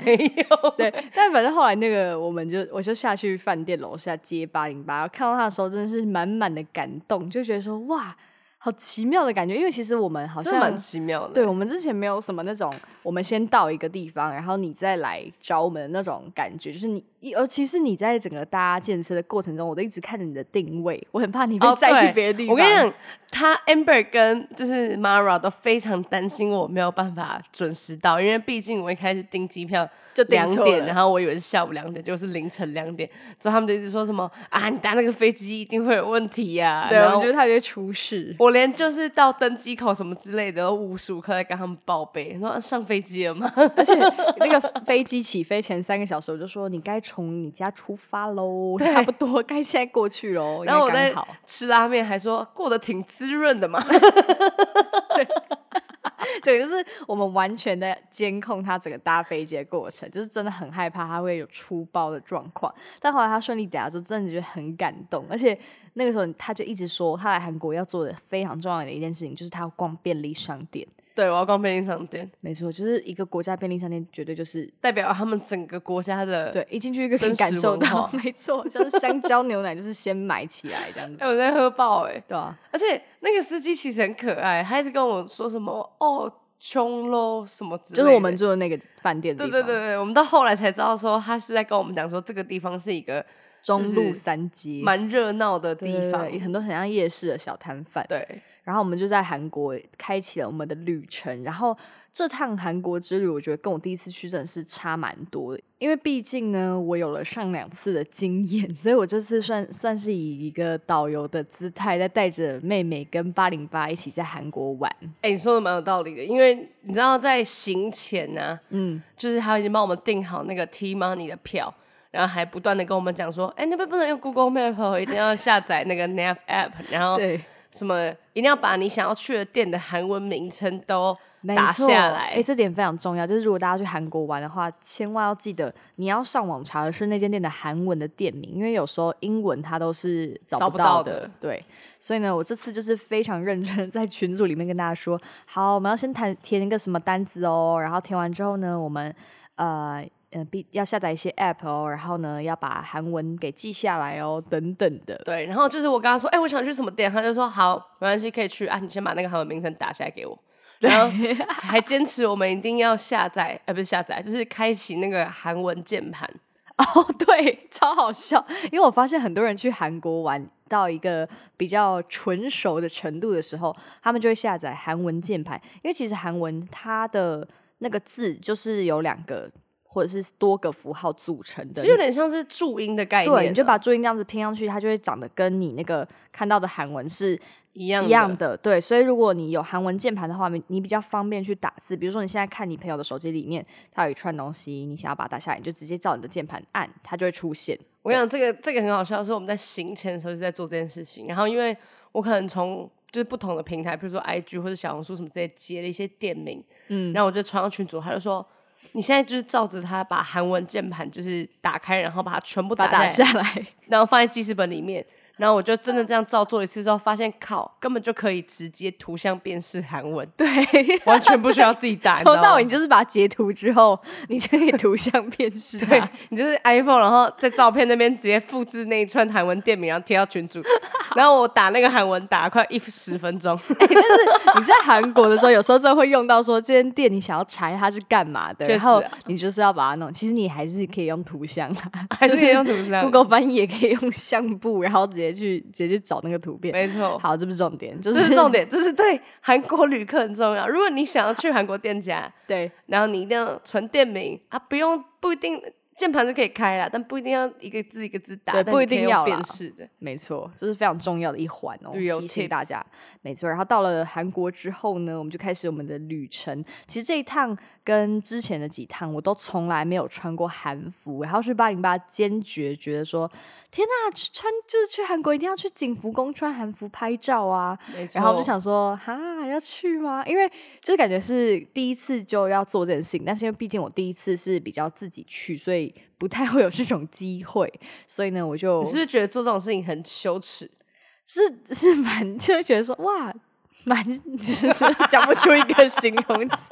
没有？对，但反正后来那个，我们就我就下去饭店楼下接八零八，看到他的时候真的是满满的感动，就觉得说哇，好奇妙的感觉。因为其实我们好这蛮像奇妙的。对我们之前没有什么那种，我们先到一个地方，然后你再来找我们的那种感觉，就是你，一尤其是你在整个搭建设的过程中，我都一直看着你的定位，我很怕你被哦载去对别的地方。我跟你讲，他 Amber 跟就是 Mara 都非常担心我没有办法准时到，因为毕竟我一开始订机票就订两错点，了然后我以为是下午两点，就是凌晨两点，之后他们就一直说什么啊，你搭那个飞机一定会有问题呀、对，然我后觉得他就会出 <laughs> 事。我连就是到登机口什么之类的，都无时无刻在跟他们报备，说啊上飞机了吗？而且那个飞机起飞前三个小时，我就说你该从你家出发喽，差不多该现在过去喽。然后我应该在刚好，吃拉面，还说过得挺滋润的嘛。 <laughs> <laughs> 对，就是我们完全的监控他整个搭飞机的过程，就是真的很害怕他会有出包的状况。但后来他顺利抵达之后，真的觉得很感动。而且那个时候他就一直说，他来韩国要做的非常重要的一件事情，就是他要逛便利商店。对，我要逛便利商店，没错，就是一个国家便利商店，绝对就是代表他们整个国家的对，一进去一个可以真感实受文到，化没错，像是香蕉牛奶就是先买起来这样子 <laughs> 哎、，我在喝爆哎、对啊，而且那个司机其实很可爱，他一直跟我说什么哦穷喽什么之类的，就是我们住的那个饭店的对地对方，对对，我们到后来才知道说他是在跟我们讲说这个地方是一个中就路是三街蛮热闹的对地对方，对很多很像夜市的小摊贩。对然后我们就在韩国开启了我们的旅程。然后这趟韩国之旅，我觉得跟我第一次去真的是差蛮多的，因为毕竟呢，我有了上两次的经验， <laughs> 所以我这次算算是以一个导游的姿态，在带着妹妹跟八零八一起在韩国玩。哎、你说的蛮有道理的，因为你知道在行前呢、嗯，就是他已经帮我们订好那个 T Money 的票。然后还不断的跟我们讲说，哎，那边不能用 Google Map，哦一定要下载那个 Nav App，然后对。什么一定要把你想要去的店的韩文名称都没打错，下来。哎、这点非常重要。就是如果大家去韩国玩的话，千万要记得你要上网查的是那间店的韩文的店名，因为有时候英文它都是找找不不到到的对，所以呢，我这次就是非常认真地在群组里面跟大家说，好，我们要先填填一个什么单子哦，然后填完之后呢，我们呃。呃，必要下载一些 app 哦，然后呢，要把韩文给记下来哦，等等的。对，然后就是我跟他说，哎、我想去什么店，他就说好，没关系，可以去啊，你先把那个韩文名称打下来给我。然后还坚持我们一定要下载，呃，不是下载，就是开启那个韩文键盘。哦， <laughs> 对，超好笑，因为我发现很多人去韩国玩到一个比较纯熟的程度的时候，他们就会下载韩文键盘，因为其实韩文它的那个字就是有两个或者是多个符号组成其的实。有点像是注音的概念啊，对，你就把注音这样子拼上去，它就会长得跟你那个看到的韩文是一样一样的，对，所以如果你有韩文键盘的话，你你比较方便去打字。比如说你现在看你朋友的手机里面，它有一串东西，你想要把它打下来，你就直接照你的键盘按，它就会出现。我跟你讲，这个这个很好笑，是我们在行前的时候就在做这件事情。然后因为我可能从就是不同的平台，比如说 IG 或者小红书什么之类接了一些店名，嗯，然后我就传到群组，他就说你现在就是照着它把韩文键盘就是打开，然后把它全部把打它打下来，下来。 <laughs> 然后放在记事本里面。然后我就真的这样照做了一次之后，发现靠，根本就可以直接图像辨识韩文，对， <laughs> 完全不需要自己打。你知道从吗到尾你就是把它截图之后，你就可以图像辨识啊 <laughs> 对它。你就是 iPhone，然后在照片那边直接复制那一串韩文店名，然后贴到群 <laughs> 组。然后我打那个韩文打了快一十分钟，你在韩国的时候，有时候真的会用到说这间店你想要查它是干嘛的，确然实后啊你就是要把它弄。其实你还是可以用图像啊， <laughs> 还是用图像。 Google 翻译也可以用相簿，然后直接去直接去找那个图片。没错，好，这不是重点，就这是重点，这是对韩国旅客很重要。如果你想要去韩国店家，对然后你一定要存店名啊，不用不一定键盘是可以开啦，但不一定要一个字一个字打，对但不你一定可以用要啦辨识的。没错，这是非常重要的一环哦，旅游提醒 tips 大家。没错，然后到了韩国之后呢，我们就开始我们的旅程。其实这一趟跟之前的几趟，我都从来没有穿过韩服，然后是八零八坚决觉得说，天呐，去穿就是去韩国一定要去景福宫穿韩服拍照啊，没错，然后我就想说，哈，要去吗？因为就是感觉是第一次就要做这件事情，但是因为毕竟我第一次是比较自己去，所以不太会有这种机会，所以呢，我就你是不是觉得做这种事情很羞耻？ <laughs> 是 <laughs> 是蛮就会觉得说，哇，蛮就是讲不出一个形容词，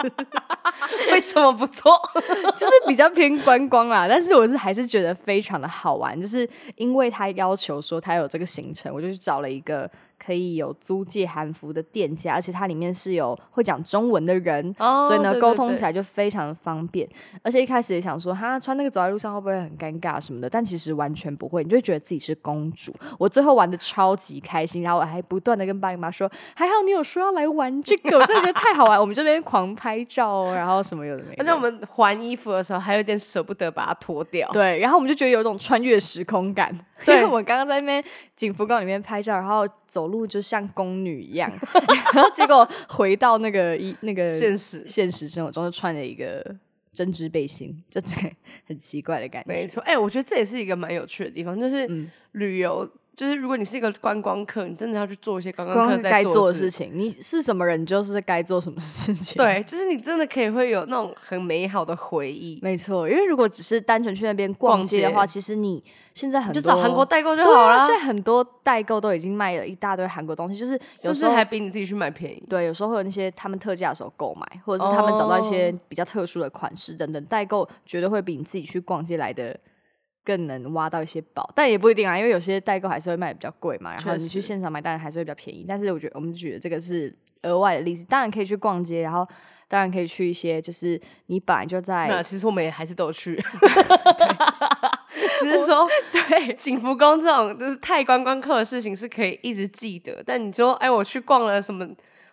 为什么不做？ <laughs> 就是比较偏观光啦。但是我是还是觉得非常的好玩，就是因为他要求说他有这个行程，我就去找了一个可以有租借韩服的店家，而且它里面是有会讲中文的人，<laughs> 哦所以呢沟通对起来就非常的方便。而且一开始也想说，哈，穿那个走在路上会不会很尴尬什么的？但其实完全不会，你就会觉得自己是公主。我最后玩的超级开心，然后我还不断的跟爸妈说，还好你有说要来玩这个，我真的觉得太好玩。我们这边狂拍照哦，然后什么有的没的。而且我们还衣服的时候，还有点舍不得把它脱掉。对，然后我们就觉得有一种穿越时空感，因对为我们刚刚在那边景福宫里面拍照，然后走路就像宫女一样， <laughs> 然后结果回到那个一那个现实现实生活中，就穿着一个针织背心，就这个很奇怪的感觉。没错，哎、我觉嗯得这也是一个蛮有趣的地方，就是旅游，就是如果你是一个观光客，你真的要去做一些观光光客是在该做做的事。情，你是什么人，你就是该做什么事情。，对，就是你真的可以会有那种很美好的回忆， <laughs> 没错，因为如果只是单纯去那边逛逛街的街话，其实你现在很就多找韩国代购就对好啊，了，现在很多代购都已经卖了一大堆韩国东西，就是是有不时是候还比你自己去买便宜？对，有时候会有那些他们特价的时候购买，或者是他们找到一些哦比较特殊的款式等等，代购绝对会比你自己去逛街来的更能挖到一些宝，但也不一定啊，因为有些代购还是会卖的比较贵嘛，然后确你去实现场买当然还是会比较便宜，但是我觉得我们举的这个是额外的例子，当然可以去逛街，然后当然可以去一些就是你本来就没有，在其实我们也还是都有 <laughs> 去，只是说对。景福宫这种就是太观光客的事情是可以一直记得，但你说哎，我去逛了什么，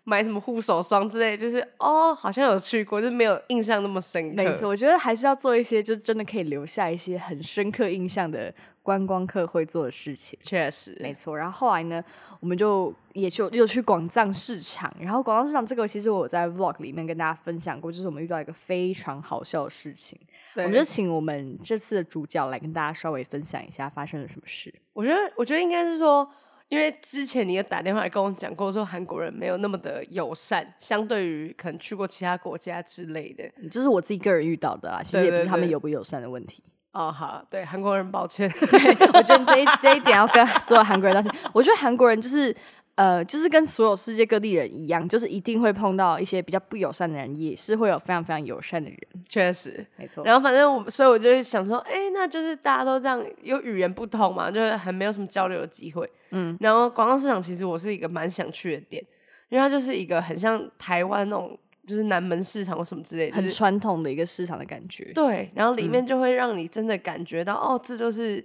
买什么护手霜之类，就是哦，好像有去过，就没有印象那么深刻。没错，我觉得还是要做一些，就真的可以留下一些很深刻印象的观光客会做的事情。确实，没错，然后后来呢，我们就也就又去广藏市场，然后广藏市场这个其实我在 vlog 里面跟大家分享过，就是我们遇到一个非常好笑的事情，我对们就请我们这次的主角来跟大家稍微分享一下发生了什么事。我觉得，我觉得应该是说，因为之前你也打电话来跟我讲过，说韩国人没有那么的友善，相对于可能去过其他国家之类的。嗯这是我自己个人遇到的啦，其实对也不是对他们对友不友善的问题。 <laughs> 哦，好，对，韩国人抱歉， <laughs> 我觉得这一这一点要跟所有韩国人道歉。我觉得韩国人就是呃，就是跟所有世界各地人一样，就是一定会碰到一些比较不友善的人，也是会有非常非常友善的人。确实。没错，然后反正我，所以我就想说，哎，那就是大家都这样，有语言不通嘛，就是很没有什么交流的机会。嗯，然后广告市场其实我是一个蛮想去的点，因为它就是一个很像台湾那种，就是南门市场或什么之类的，就很嗯是传统的一个市场的感觉。对，然后里面就会让你真的感觉到，哦，这就是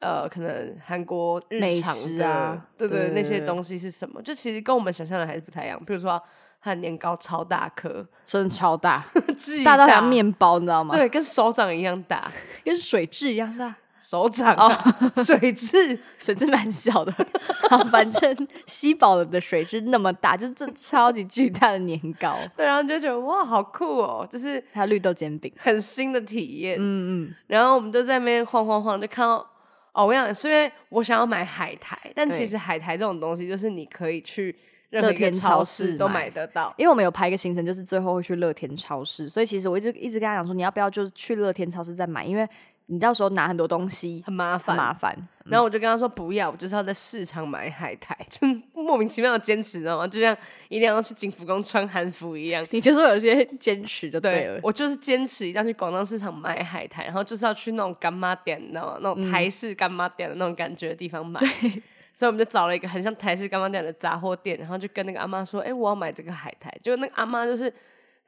呃，可能韩国日美常食的，啊对对那对些对东西是什么？就其实跟我们想象的还是不太一样。比如说，它的年糕超大颗， <laughs> 真的超大，<laughs> 巨大到像，面包，你知道吗？，对，跟手掌一样大，跟水蛭一样大，手掌、啊水蛭， <laughs> 水蛭蛮小的。 <laughs> 好反正吸饱了的水蛭那么大，就是这超级巨大的年糕， <laughs> 对，然后就觉得哇，好酷哦，就是还有绿豆煎饼。很新的体验。嗯嗯，然后我们就在那边晃晃晃，就看到哦，我跟你讲，是因为我想要买海苔，但对其实海苔这种东西，就是你可以去任何乐一个天超超市市都买买得到。因为我们有排一个行程，就是最后会去乐天超市，所以其实我一直一直跟他讲说，你要不要就是去乐天超市再买，因为你到时候拿很多东西很麻很烦，麻嗯烦。然后我就跟他说不要，我就是要在市场买海苔， <laughs> 就莫名其妙的坚持，你知道吗？就像一定要去景福宫穿韩服一样。你就是有一些坚持就对对了。我就是坚持一定要去广东市场买海苔，然后就是要去那种干妈店，你知道吗？那种台式干妈店的那种感觉的地方买。所以我们就找了一个很像台式干妈店的杂货店，然后就跟那个阿妈说：“哎、我要买这个海苔。”结果那个阿妈就是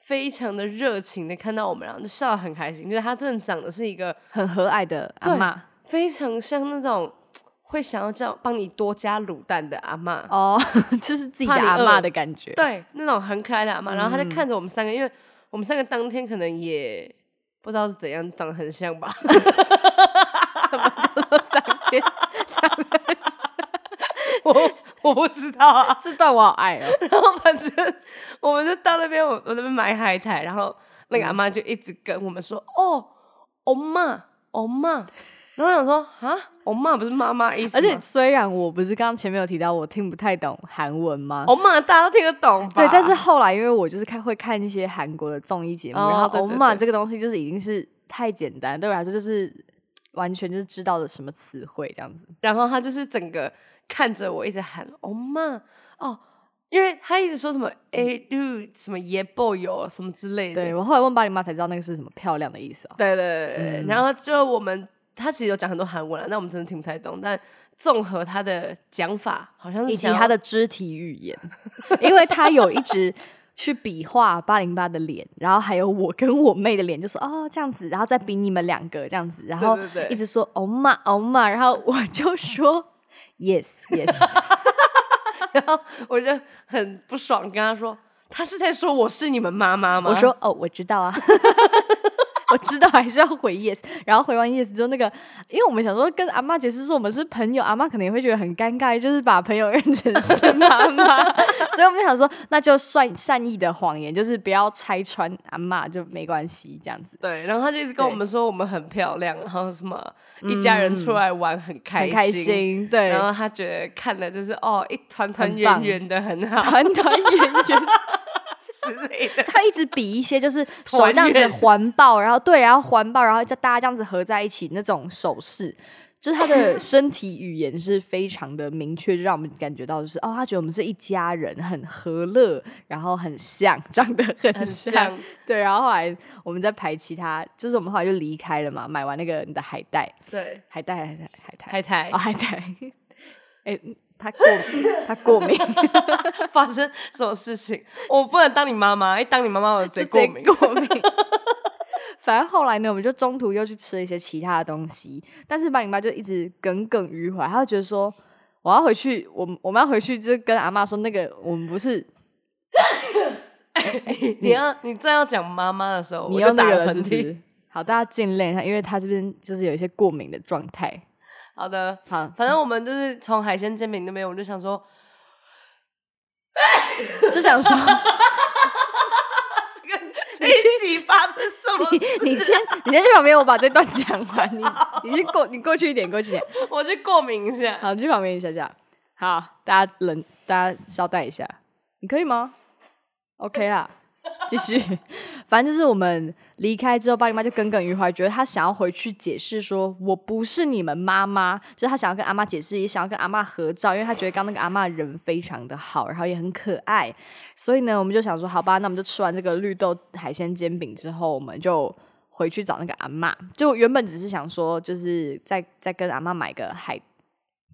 非常的热情的看到我们，然后就笑得很开心，就是她真的长得是一个很和蔼的阿对妈非常像那种会想要这样帮你多加卤蛋的阿妈。哦， <laughs> 就是自己的怕你阿妈饿的感觉。对，那种很可爱的阿嗯妈，然后她就看着我们三个，因为我们三个当天可能也不知道是怎样，长得很 <laughs> 像吧。什么叫做当天长得很像？我我不知道啊。这段我好爱哦，然后反正我们就到那边，我我那边买海苔，然后那个阿妈就一直跟我们说：“哦，欧妈，欧妈。”然后我想说啊，欧妈不是妈妈的意思而吗，且虽然我不是刚刚前面有提到我听不太懂韩文吗？欧妈大家都听得懂哦吧？对，但是后来因为我就是看会看一些韩国的综艺节目，哦然后对对欧玛对这个东西就是已经是太简单，对我来说就是完全就是知道的什么词汇这样子。然后他就是整个看着我一直喊“哦妈”哦，因为他一直说什么 “a do” 什么 “ye boy” 有什么之类的，嗯对我后来问巴里妈才知道那个是什么漂亮的意思哦。对对对对对嗯然后就我们他其实有讲很多韩文了，啊但我们真的听不太懂，但综合他的讲法，好像是以及想要他的肢体语 <laughs> 言，因为他有一直去比划八零八的脸，然后还有我跟我妹的脸，就说哦这样子，然后再比你们两个这样子，然后对对对一直说哦嘛哦嘛，然后我就说 <laughs> yes yes，然后我就很不爽，跟他说他是在说我是你们妈妈吗？我说哦我知道啊。 <laughs> 我知道还是要回 yes，然后回完 yes 之后，那个，因为我们想说跟阿妈解释说我们是朋友，阿妈可能也会觉得很尴尬，就是把朋友认成是妈 <laughs> 妈，所以我们想说那就算善意的谎言，就是不要拆穿阿妈就没关系这样子，对，然后他就一直跟对嗯我们说我们很漂亮，然后什么一家人出来玩很开很心，嗯开心，对，然后他觉得看了就是哦，一团团很圆棒圆的很好团团圆圆，之类的。他一直比一些就是手这样子环抱，然后对，然后环抱，然后再大家这样子合在一起那种手势。就是他的身体语言是非常的明确，就让我们感觉到就是哦，他觉得我们是一家人，很和乐，然后很像，长得 <laughs> 很很像，像， <laughs> 对。然后后来我们在排其他，就是我们后来就离开了嘛，买完那个你的海带，对，啊海带，海带，海带，海苔哦，海带， <laughs> 哎、他过他过敏，发生什么事情？我不能当你妈妈，一当你妈妈我直接就过敏。 <laughs> 过敏。 <laughs> 反正后来呢，我们就中途又去吃了一些其他的东西，但是八零八就一直耿耿于怀，他就觉得说我要回去，我们我们要回去，就是跟阿妈说那个我们不是你要你正要讲妈妈的时候，你我要就那打个了，了是喷不嚏。是？好，大家见谅一下，因为他这边就是有一些过敏的状态。好的，好， <laughs> 反正我们就是从海鲜煎饼那边，我就想说，就想说这个一起哎发生什么事？你先你先去旁边，我把这段讲完。你你去过你过去一点，过去一点。我去过敏一下。好，你去旁边一下下。好，大家冷，大家稍待一下，你可以吗？OK 啦，继续。反正就是我们离开之后，巴里妈就耿耿于怀，觉得她想要回去解释说，我不是你们妈妈，就是她想要跟阿妈解释，也想要跟阿妈合照，因为她觉得刚那个阿妈人非常的好，然后也很可爱，所以呢，我们就想说，好吧，那我们就吃完这个绿豆海鲜煎饼之后，我们就。回去找那个阿妈，就原本只是想说，就是再再跟阿妈买个海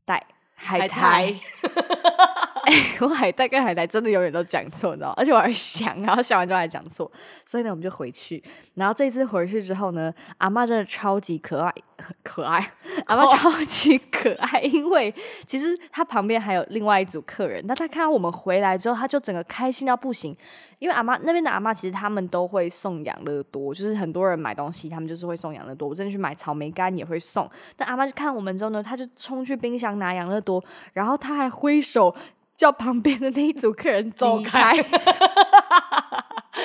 带、海苔， <laughs> 我海带跟海苔真的永远都讲错，你知道吗？而且我还想，然后想完之后还讲错，所以呢，我们就回去。然后这次回去之后呢，阿妈真的超级可爱，可爱，阿哦妈超级可爱，因为其实她旁边还有另外一组客人，那她看到我们回来之后，她就整个开心到不行。因为阿妈那边的阿妈，其实他们都会送养乐多，就是很多人买东西，他们就是会送养乐多。我真的去买草莓干也会送。那阿妈就看我们之后呢，她就冲去冰箱拿养乐多，然后她还挥手叫旁边的那一组客人走离开哦开，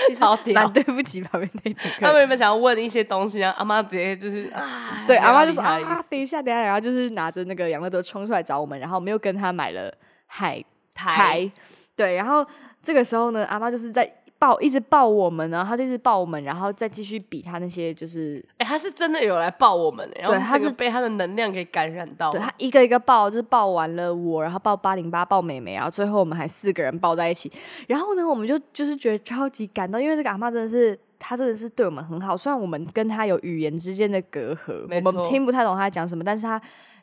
其实好屌蛮。对不起旁边那一组客他人。们有没有想要问一些东西啊？阿妈直接就是啊，对，没有阿妈理就说他的意啊思，等一下，等一下，然后就是拿着那个养乐多冲出来找我们，然后我们又跟她买了海苔苔，对，然后这个时候呢，阿妈就是在抱，一直抱我们，然后她就一直抱我们，然后再继续比她那些就是哎、他是真的有来抱我们、欸，然后对他这个是被他的能量给感染到对。他一个一个抱，就是抱完了我，然后抱八零八，抱美美，然后最后我们还四个人抱在一起。然后呢，我们就就是觉得超级感动，因为这个阿妈真的是，她真的是对我们很好。虽然我们跟她有语言之间的隔阂，没我们错听不太懂她在讲什么，但是她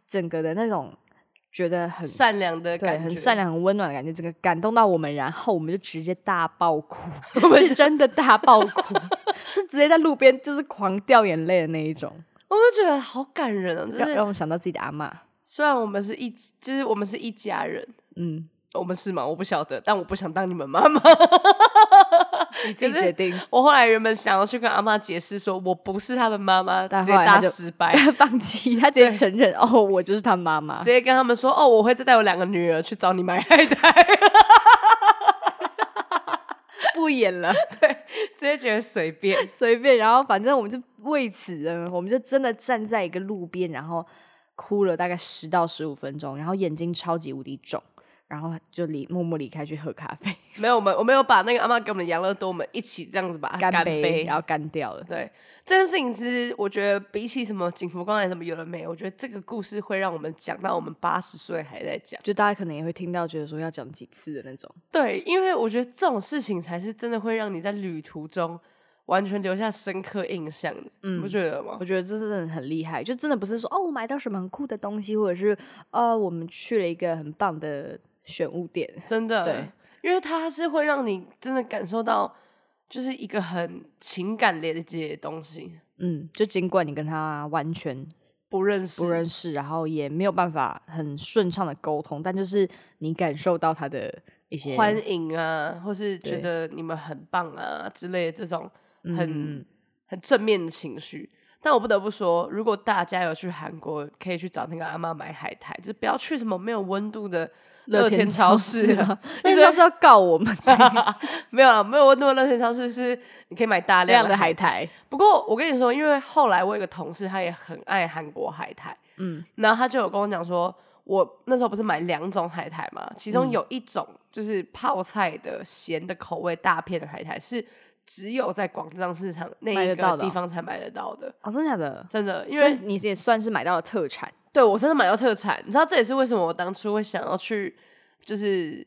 整个的那种觉得很善良的对， <laughs> 感觉，很善良、很温暖的感觉，整个感动到我们，然后我们就直接大爆哭 <laughs> 我，们是真的大爆 <laughs> 哭，是直接在路边就是狂掉眼泪的那一种，我就觉得好感人哦、就让让是我想到自己的阿嬷。虽然我们是一，就是我们是一家人，嗯，我们是吗？我不晓得，但我不想当你们妈妈。 <laughs> 你自己可是决定，我后来原本想要去跟阿妈解释，说我不是他们妈妈，但直接后来她大就失败， <laughs> <laughs> 放弃，他直接承认哦，我就是他妈妈直。接跟他们说：“哦，我会再带我两个女儿去找你买海苔。不演了，”直接觉得随便， <laughs> <laughs> 随便。然后反正我们就为此呢，我们就真的站在一个路边，然后哭了大概十到十五分钟，然后眼睛超级无敌肿，然后就离默默离开去喝咖啡，没有我们，我没有把那个阿妈给我们的养乐多，我们一起这样子把它啊 <laughs> 干干杯，然后干掉了。对这件事情，其实我觉得比起什么景福光来什么有了没，我觉得这个故事会让我们讲到我们八十岁还在讲。就大家可能也会听到，觉得说要讲几次的那种。对，因为我觉得这种事情才是真的会让你在旅途中完全留下深刻印象的，嗯你不觉得吗我？觉得这真的很厉害，就真的不是说哦，我买到什么很酷的东西，或者是呃，我们去了一个很棒的选物店。真的，对，因为它是会让你真的感受到，就是一个很情感连接的东西，嗯，就尽管你跟他完全不认识，不认识，然后也没有办法很顺畅的沟通，但就是你感受到他的一些 <laughs> 欢迎啊，或是觉对得你们很棒啊之类的这种很、嗯很正面的情绪。但我不得不说，如果大家有去韩国，可以去找那个阿嬷买海苔，就是不要去什么没有温度的乐天超市啊，啊，乐天超市要告我们 <laughs> 没有啊，没有温度的乐天超市是你可以买大那样量的的海海苔。苔。不过我跟你说，因为后来我有一个同事，他也很爱韩国海苔，嗯，然后他就有跟我讲说，我那时候不是买两种海苔嘛，其嗯中有一种就是泡菜的咸的口味大片的海苔，是只有在广藏市场那买一得到个的哦地方才买得到的，哦，真的假的？真的，因 <laughs> 因为为你也算是买到了特产，对我真的买到特产，你知道这也是为什么我当初会想要去，就是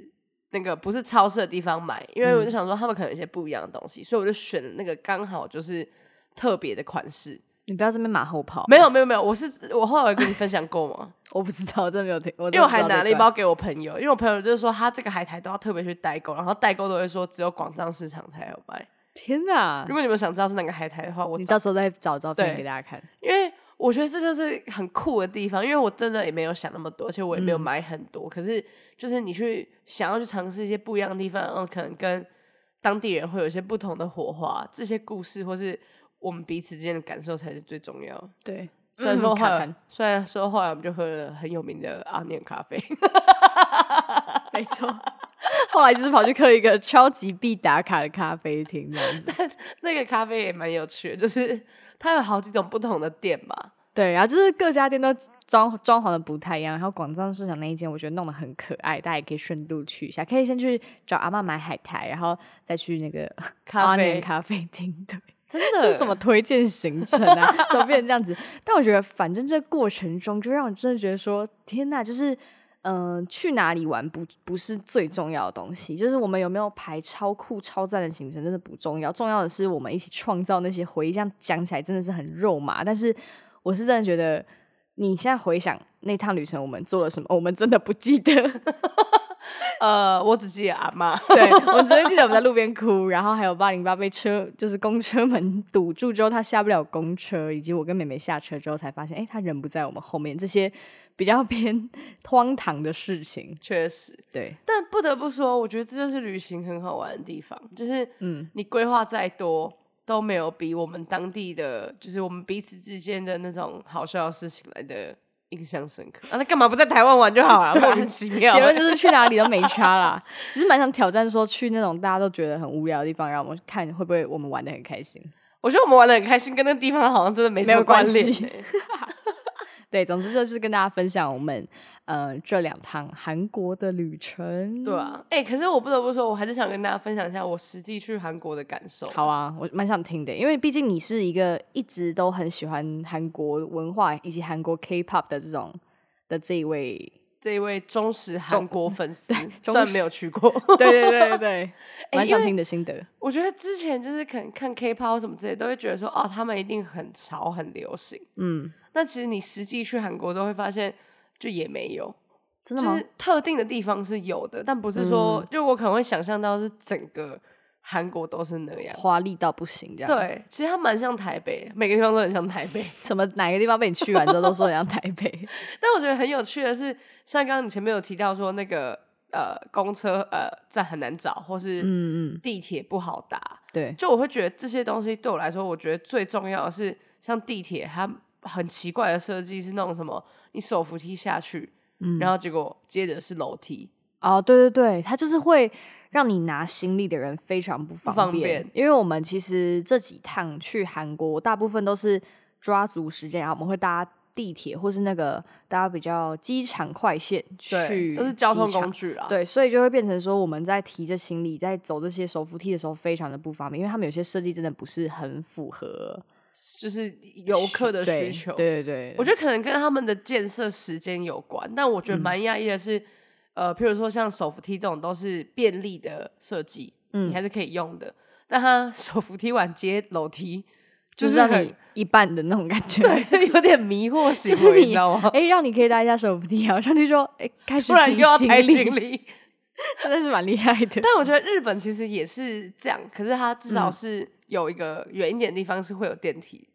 那个不是超市的地方买，因嗯为我就想说他们可能有一些不一样的东西，所以我就选了那个刚好就是特别的款式。你不要这边马后炮。没有没有没有，我是我后来有跟你分享过吗？我不知道，真的没有听，我真因为的我不知还道拿这了一段包给我朋友，因为我朋友就是说他这个海苔都要特别去代购，然后代购都会说只有广藏市场才有卖。天哪如！果你们想知道是哪个海苔的话，我你找到时候再找照片对给大家看。因为我觉得这就是很酷的地方，因为我真的也没有想那么多，而且我也没有买很多。可是就是你去想要去尝试一些不一样的地方，然后可能跟当地人会有一些不同的火花，这些故事或是我们彼此之间的感受才是最重要的。对，嗯虽然说后看来，看，虽然说后来我们就喝了很有名的阿念咖啡， <laughs> 没错。 <laughs> 后来就是跑去刻一个超级必打卡的咖啡厅这样子，那个咖啡也蛮有趣的，就是它有好几种不同的店吧。对，然后就是各家店都装装潢的不太一样，然后广藏市场那一间我觉得弄得很可爱，大家也可以顺路去一下，可以先去找阿嬷买海苔，然后再去那个咖啡 Onion 咖啡厅，对，真这的是什么推荐行程 <laughs> 啊？怎么变成这样子？但我觉得，反正这过程中就让我真的觉得说，天哪，就是。嗯、去哪里玩不不是最重要的东西，就是我们有没有排超酷超赞的行程，真的不重要。重要的是我们一起创造那些回忆。这样讲起来真的是很肉麻，但是我是真的觉得，你现在回想那趟旅程，我们做了什么，我们真的不记得。呃，我只记得阿妈， <laughs> 对，我只会记得我们在路边哭，然后还有八零八被车就是公车门堵住之后，他下不了公车，以及我跟妹妹下车之后才发现，哎、他人不在我们后面，这些比较偏 <laughs> 荒唐的事情。确实。对，但不得不说，我觉得这就是旅行很好玩的地方，就是嗯，你规划再多都没有比我们当地的，就是我们彼此之间的那种好笑的事情来的印象深刻。啊，那干嘛不在台湾玩就好了？ <laughs> 对啊莫名其妙、欸结论就是去哪里都没差啦，只是蛮想挑战说去那种大家都觉得很无聊的地方，让我们看会不会我们玩的很开心。我觉得我们玩的很开心，跟那个地方好像真的没没什有么关关联、系欸。对，总之就是跟大家分享我们呃这两趟韩国的旅程。对，啊，哎、可是我不得不说，我还是想跟大家分享一下我实际去韩国的感受。好啊，我蛮想听的，因为毕竟你是一个一直都很喜欢韩国文化以及韩国 K-pop 的这种的这一位。这一位忠实韩国粉丝， <laughs> 忠虽然没有去过， <laughs> 对对对 <laughs> 对对，蛮因想为听你的心得。 <laughs> 我觉得之前就是可能看 K-pop 什么之类，都会觉得说哦，他们一定很潮很流行。嗯，那其实你实际去韩国之后会发现，就也没有，真就的吗？嗯是特定的地方是有的，但不是说，就我可能会想象到是整个韩国都是那样。华丽到不行，这样。，对，其实它蛮像台北，每个地方都很像台北。 <laughs> 什么哪个地方被你去完之后都说很像台北？ <laughs> 但我觉得很有趣的是，像刚刚你前面有提到说那个呃公车呃站很难找，或是嗯嗯，地铁不好搭，对，就我会觉得这些东西对我来说，我觉得最重要的是，像地铁它很奇怪的设计是那种什么，你手扶梯下去，嗯然后结果接着是楼梯，哦，对对对，它就是会让你拿行李的人非常不方不方便因为我们其实这几趟去韩国，我大部分都是抓足时间，然后我们会搭地铁或是那个大家比较机场快线去，对，都是交通工。具啦。对，所以就会变成说我们在提着行李在走这些手扶梯的时候非常的不方便，因为他们有些设计真的不是很符合就是游客的需求。对对对，我觉得可能跟他们的建设时间有关，但我觉嗯得蛮讶异的是，呃，譬如说像手扶梯这种都是便利的设计，嗯你还是可以用的。但它 <laughs> 手扶梯晚接楼梯，就就是是让很你一半的那种感觉。 <laughs> 对 <laughs> 有点迷惑行就为，是你知道吗？哎、让你可以搭一下手扶梯，然后上去说，哎、开始突然提又要行抬李行李， <laughs> 真的是蛮厉害的。但我觉得日本其实也是这样，可是它至嗯少是有一个远一点的地方是会有电梯。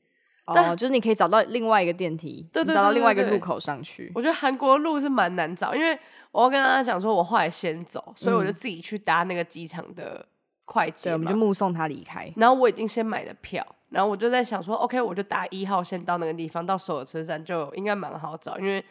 哦， <laughs> 但就是你可以找到另外一个电梯，对你对找到对另外一对个入对口上去。我觉得韩国路是蛮难找，因为我要跟大家讲说，我后来先走，所以我就自己去搭那个机场的快捷嗯对，我们嘛就目送他离开。然后我已经先买了票，然后我就在想说，OK，我就搭一号线到那个地方，到首尔车站就应该蛮好找，因为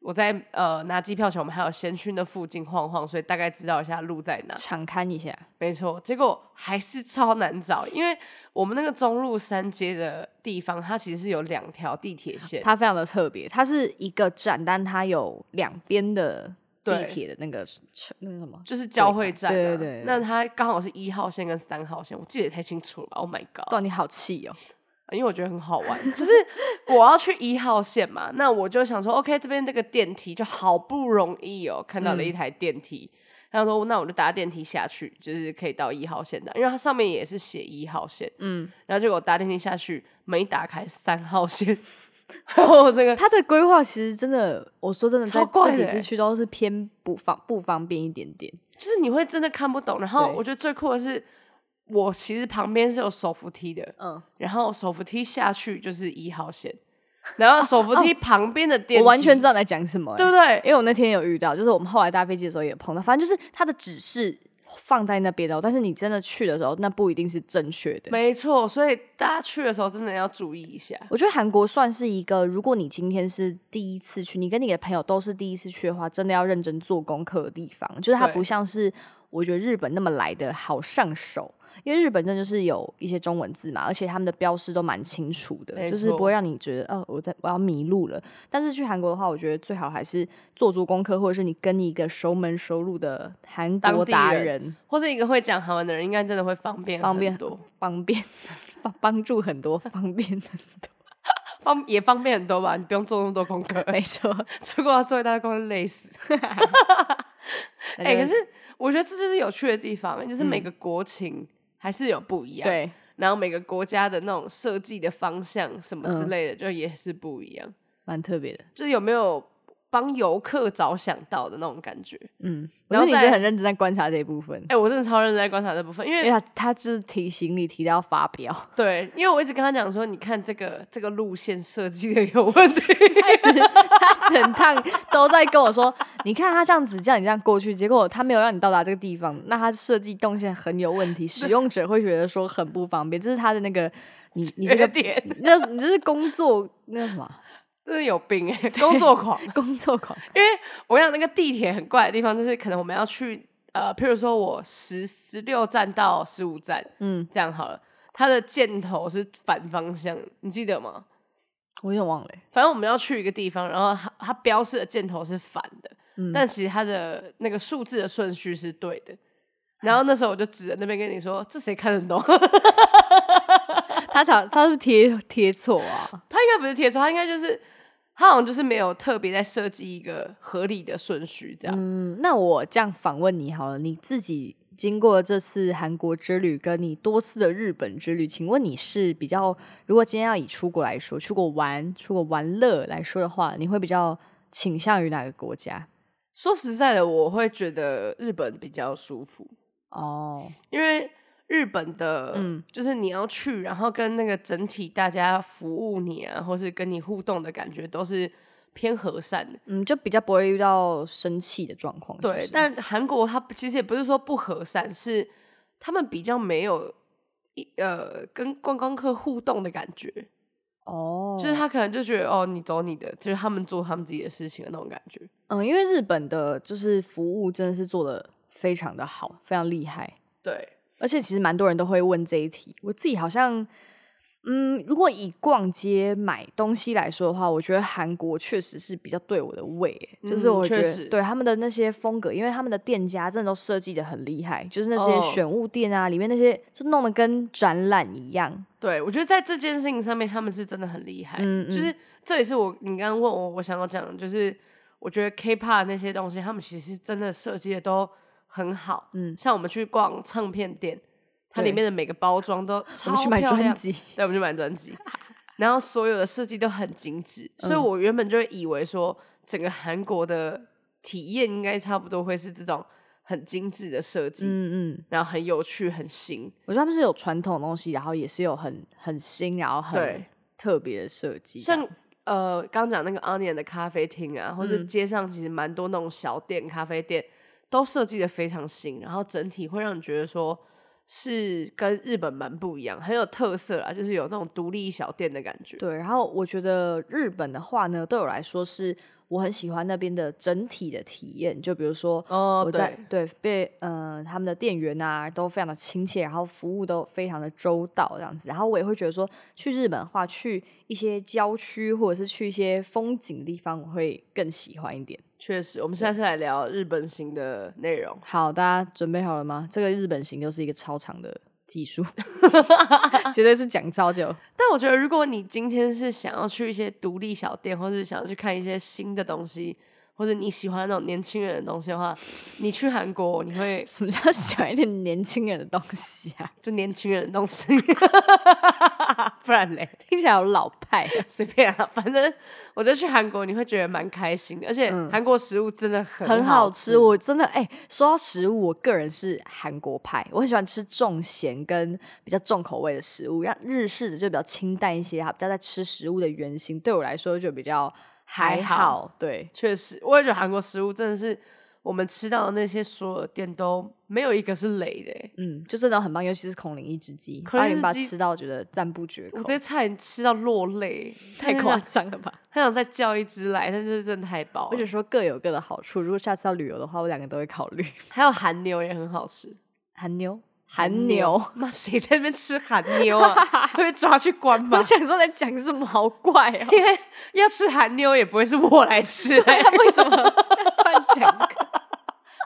我在呃拿机票前，我们还有先去那附近晃晃，所以大概知道一下路在哪。敞开一下，没错，结果还是超难找，因为我们那个中路三街的地方，它其实是有两条地铁线，它非常的特别，它是一个站，但它有两边的地对铁的那个车那个什么就是交汇站、啊。对对对对那它刚好是一号线跟三号线，我记得也太清楚了。Oh my god！哇，你好气哦！因为我觉得很好玩，就是我要去一号线嘛，那我就想说，OK，这边这个电梯就好不容易哦，看到了嗯一台电梯，他、说那我就搭电梯下去，就是可以到一号线的，因为它上面也是写一号线，嗯，然后结果我搭电梯下去，门一打开，三号线， <laughs> 然后我这 <laughs> 个它的规划其实真的，我说真的，在超怪这几的次欸去都是偏不方不方便一点点。就是你会真的看不懂，然后对我觉得最酷的是，我其实旁边是有手扶梯的，嗯，然后手扶梯下去就是一号线，然后手扶梯旁边的电哦我梯，完全知道你在讲什么、欸对不对？因为我那天有遇到，就是我们后来搭飞机的时候也碰到，反正就是它的指示放在那边的哦，但是你真的去的时候，那不一定是正确的。没错，所以大家去的时候真的要注意一下。我觉得韩国算是一个，如果你今天是第一次去，你跟你的朋友都是第一次去的话，真的要认真做功课的地方，就是它对不像是我觉得日本那么来的好上手。因为日本真的就是有一些中文字嘛，而且他们的标识都蛮清楚的，没就是不错会让你觉得，哦，我在我要迷路了。但是去韩国的话，我觉得最好还是做足功课，或者是你跟你一个熟门熟路的韩当国地达人人或是一个会讲韩文的人，应该真的会方便方便很多，方便， <laughs> 帮帮助很多，方便很多。方也方便很多吧？你不用做那么多功课，没错，结果要做一大堆功课累死。 <laughs> <laughs> 哎、可是我觉得这就是有趣的地方，欸就是每个国情还是有不一样，，嗯对。然后每个国家的那种设计的方向什么之嗯类的，就也是不一样。蛮特别的，就是有没有帮游客着想到的那种感觉？嗯，然然后后你真的再很认真在观察这一部分，哎、我真的超认真在观察这部分，因为因为他他是提醒你提到发飙，对，因为我一直跟他讲说，你看这个这个路线设计的有问题，他一直他整趟都在跟我说，你看他这样子叫你这样过去，结果他没有让你到达这个地方，那他设计动线很有问题，使用者会觉得说很不方便，这是他的那个你你这个点那你这是工作那叫什么啊真的有病哎、工作狂。工作狂，因为我想那个地铁很怪的地方，就是可能我们要去呃，譬如说我十十六站到十五站，嗯嗯，这样好了，它的箭头是反方向，你记得吗？我有点忘了欸、反正我们要去一个地方，然后它它标示的箭头是反的，嗯但其实它的那个数字的顺序是对的。然后那时候我就指着那边跟你说：“这谁看得懂？”他他他是不是贴贴错啊，他应该不是贴错，他应该就是他好像就是没有特别在设计一个合理的顺序这样。嗯，那我这样访问你好了，你自己经过这次韩国之旅，跟你多次的日本之旅，请问你是比较，如果今天要以出国来说，出国玩、出国玩乐来说的话，你会比较倾向于哪个国家？说实在的，我会觉得日本比较舒服，哦，因为日本的，嗯就是你要去，然后跟那个整体大家服务你啊，或是跟你互动的感觉都是偏和善的。嗯，就比较不会遇到生气的状况。是不对是，但韩国它其实也不是说不和善，是他们比较没有一呃跟观光客互动的感觉。哦，就是他可能就觉得哦，你走你的，就是他们做他们自己的事情的那种感觉。嗯，因为日本的就是服务真的是做的非常的好，非常厉害。对，而且其实蛮多人都会问这一题，我自己好像，嗯，如果以逛街买东西来说的话，我觉得韩国确实是比较对我的胃欸、就是嗯我觉确得实对他们的那些风格，因为他们的店家真的都设计的很厉害，就是那些哦选物店啊，里面那些就弄得跟展览一样，对我觉得在这件事情上面，他们是真的很厉害。嗯嗯就是这也是我你刚刚问我，我想要讲的，就是我觉得 K-pop 那些东西，他们其实真的设计的都很好。嗯嗯，像我们去逛唱片店，它对里面的每个包装都我超们去买漂亮专辑， <laughs> 对，我们就买专辑，然后所有的设计都很精致，所以嗯我原本就以为说整个韩国的体验应该差不多会是这种很精致的设计，嗯嗯，然后很有趣、很新，我觉得他们是有传统的东西，然后也是有很很新，然后很对特别的设计这样，像。呃，刚讲那个 Onion 的咖啡厅啊，或嗯者街上其实蛮多那种小店、咖啡店，都设计的非常新，然后整体会让你觉得说是跟日本蛮不一样，很有特色啦，就是有那种独立小店的感觉。对，然后我觉得日本的话呢，对我来说是我很喜欢那边的整体的体验，就比如说。哦我，在对，对被呃他们的店员啊都非常的亲切，然后服务都非常的周到这样子，然后我也会觉得说去日本的话，去一些郊区或者是去一些风景的地方，我会更喜欢一点。确实，我们下次来聊日本行的内容。好，大家准备好了吗？这个日本行又是一个超长的技术， <laughs> 绝对是讲超久。但我觉得，如果你今天是想要去一些独立小店，或是想要去看一些新的东西，或者你喜欢那种年轻人的东西的话，你去韩国你会什么叫喜一点年轻人的东西啊？就年轻人的东西， <laughs> 不然嘞听起来好老派 <laughs> 啊、随便啊，反正我觉得去韩国你会觉得蛮开心的，而且韩国食物真的很嗯很好好吃，我真的哎、说到食物，我个人是韩国派，我很喜欢吃重咸跟比较重口味的食物，让日式的就比较清淡一些，比较在吃食物的原型，对我来说就比较还还好好。对，确实，我也觉得韩国食物真的是我们吃到的那些所有店都没有一个是雷的欸、嗯，就真的很棒，尤其是孔林一只鸡，孔八林一只零鸡八吃到觉得赞不绝口我，这差点吃到落泪， <laughs> 太夸张了吧？很想再叫一只来，但是真的太饱我只了。说各有各的好处，如果下次要旅游的话，我两个都会考 <laughs> 虑。还有韩牛也很好吃，韩牛，韩牛。， <laughs> 妈谁在那边吃韩牛啊？会被抓去关吧我？想说在讲什么，好怪哦、 <laughs> 因为要吃韩牛也不会是我来吃、哎呀为什么突然讲这个？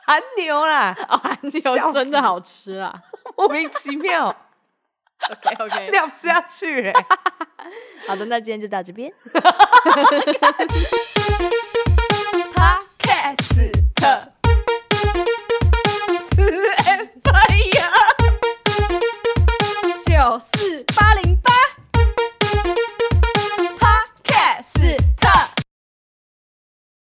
韩牛啦， <laughs> 哦，韩笑牛死真的好吃啊！ <laughs> 莫名其妙 <laughs> OK <laughs> OK，聊不下去哎、好的，那今天就到这边。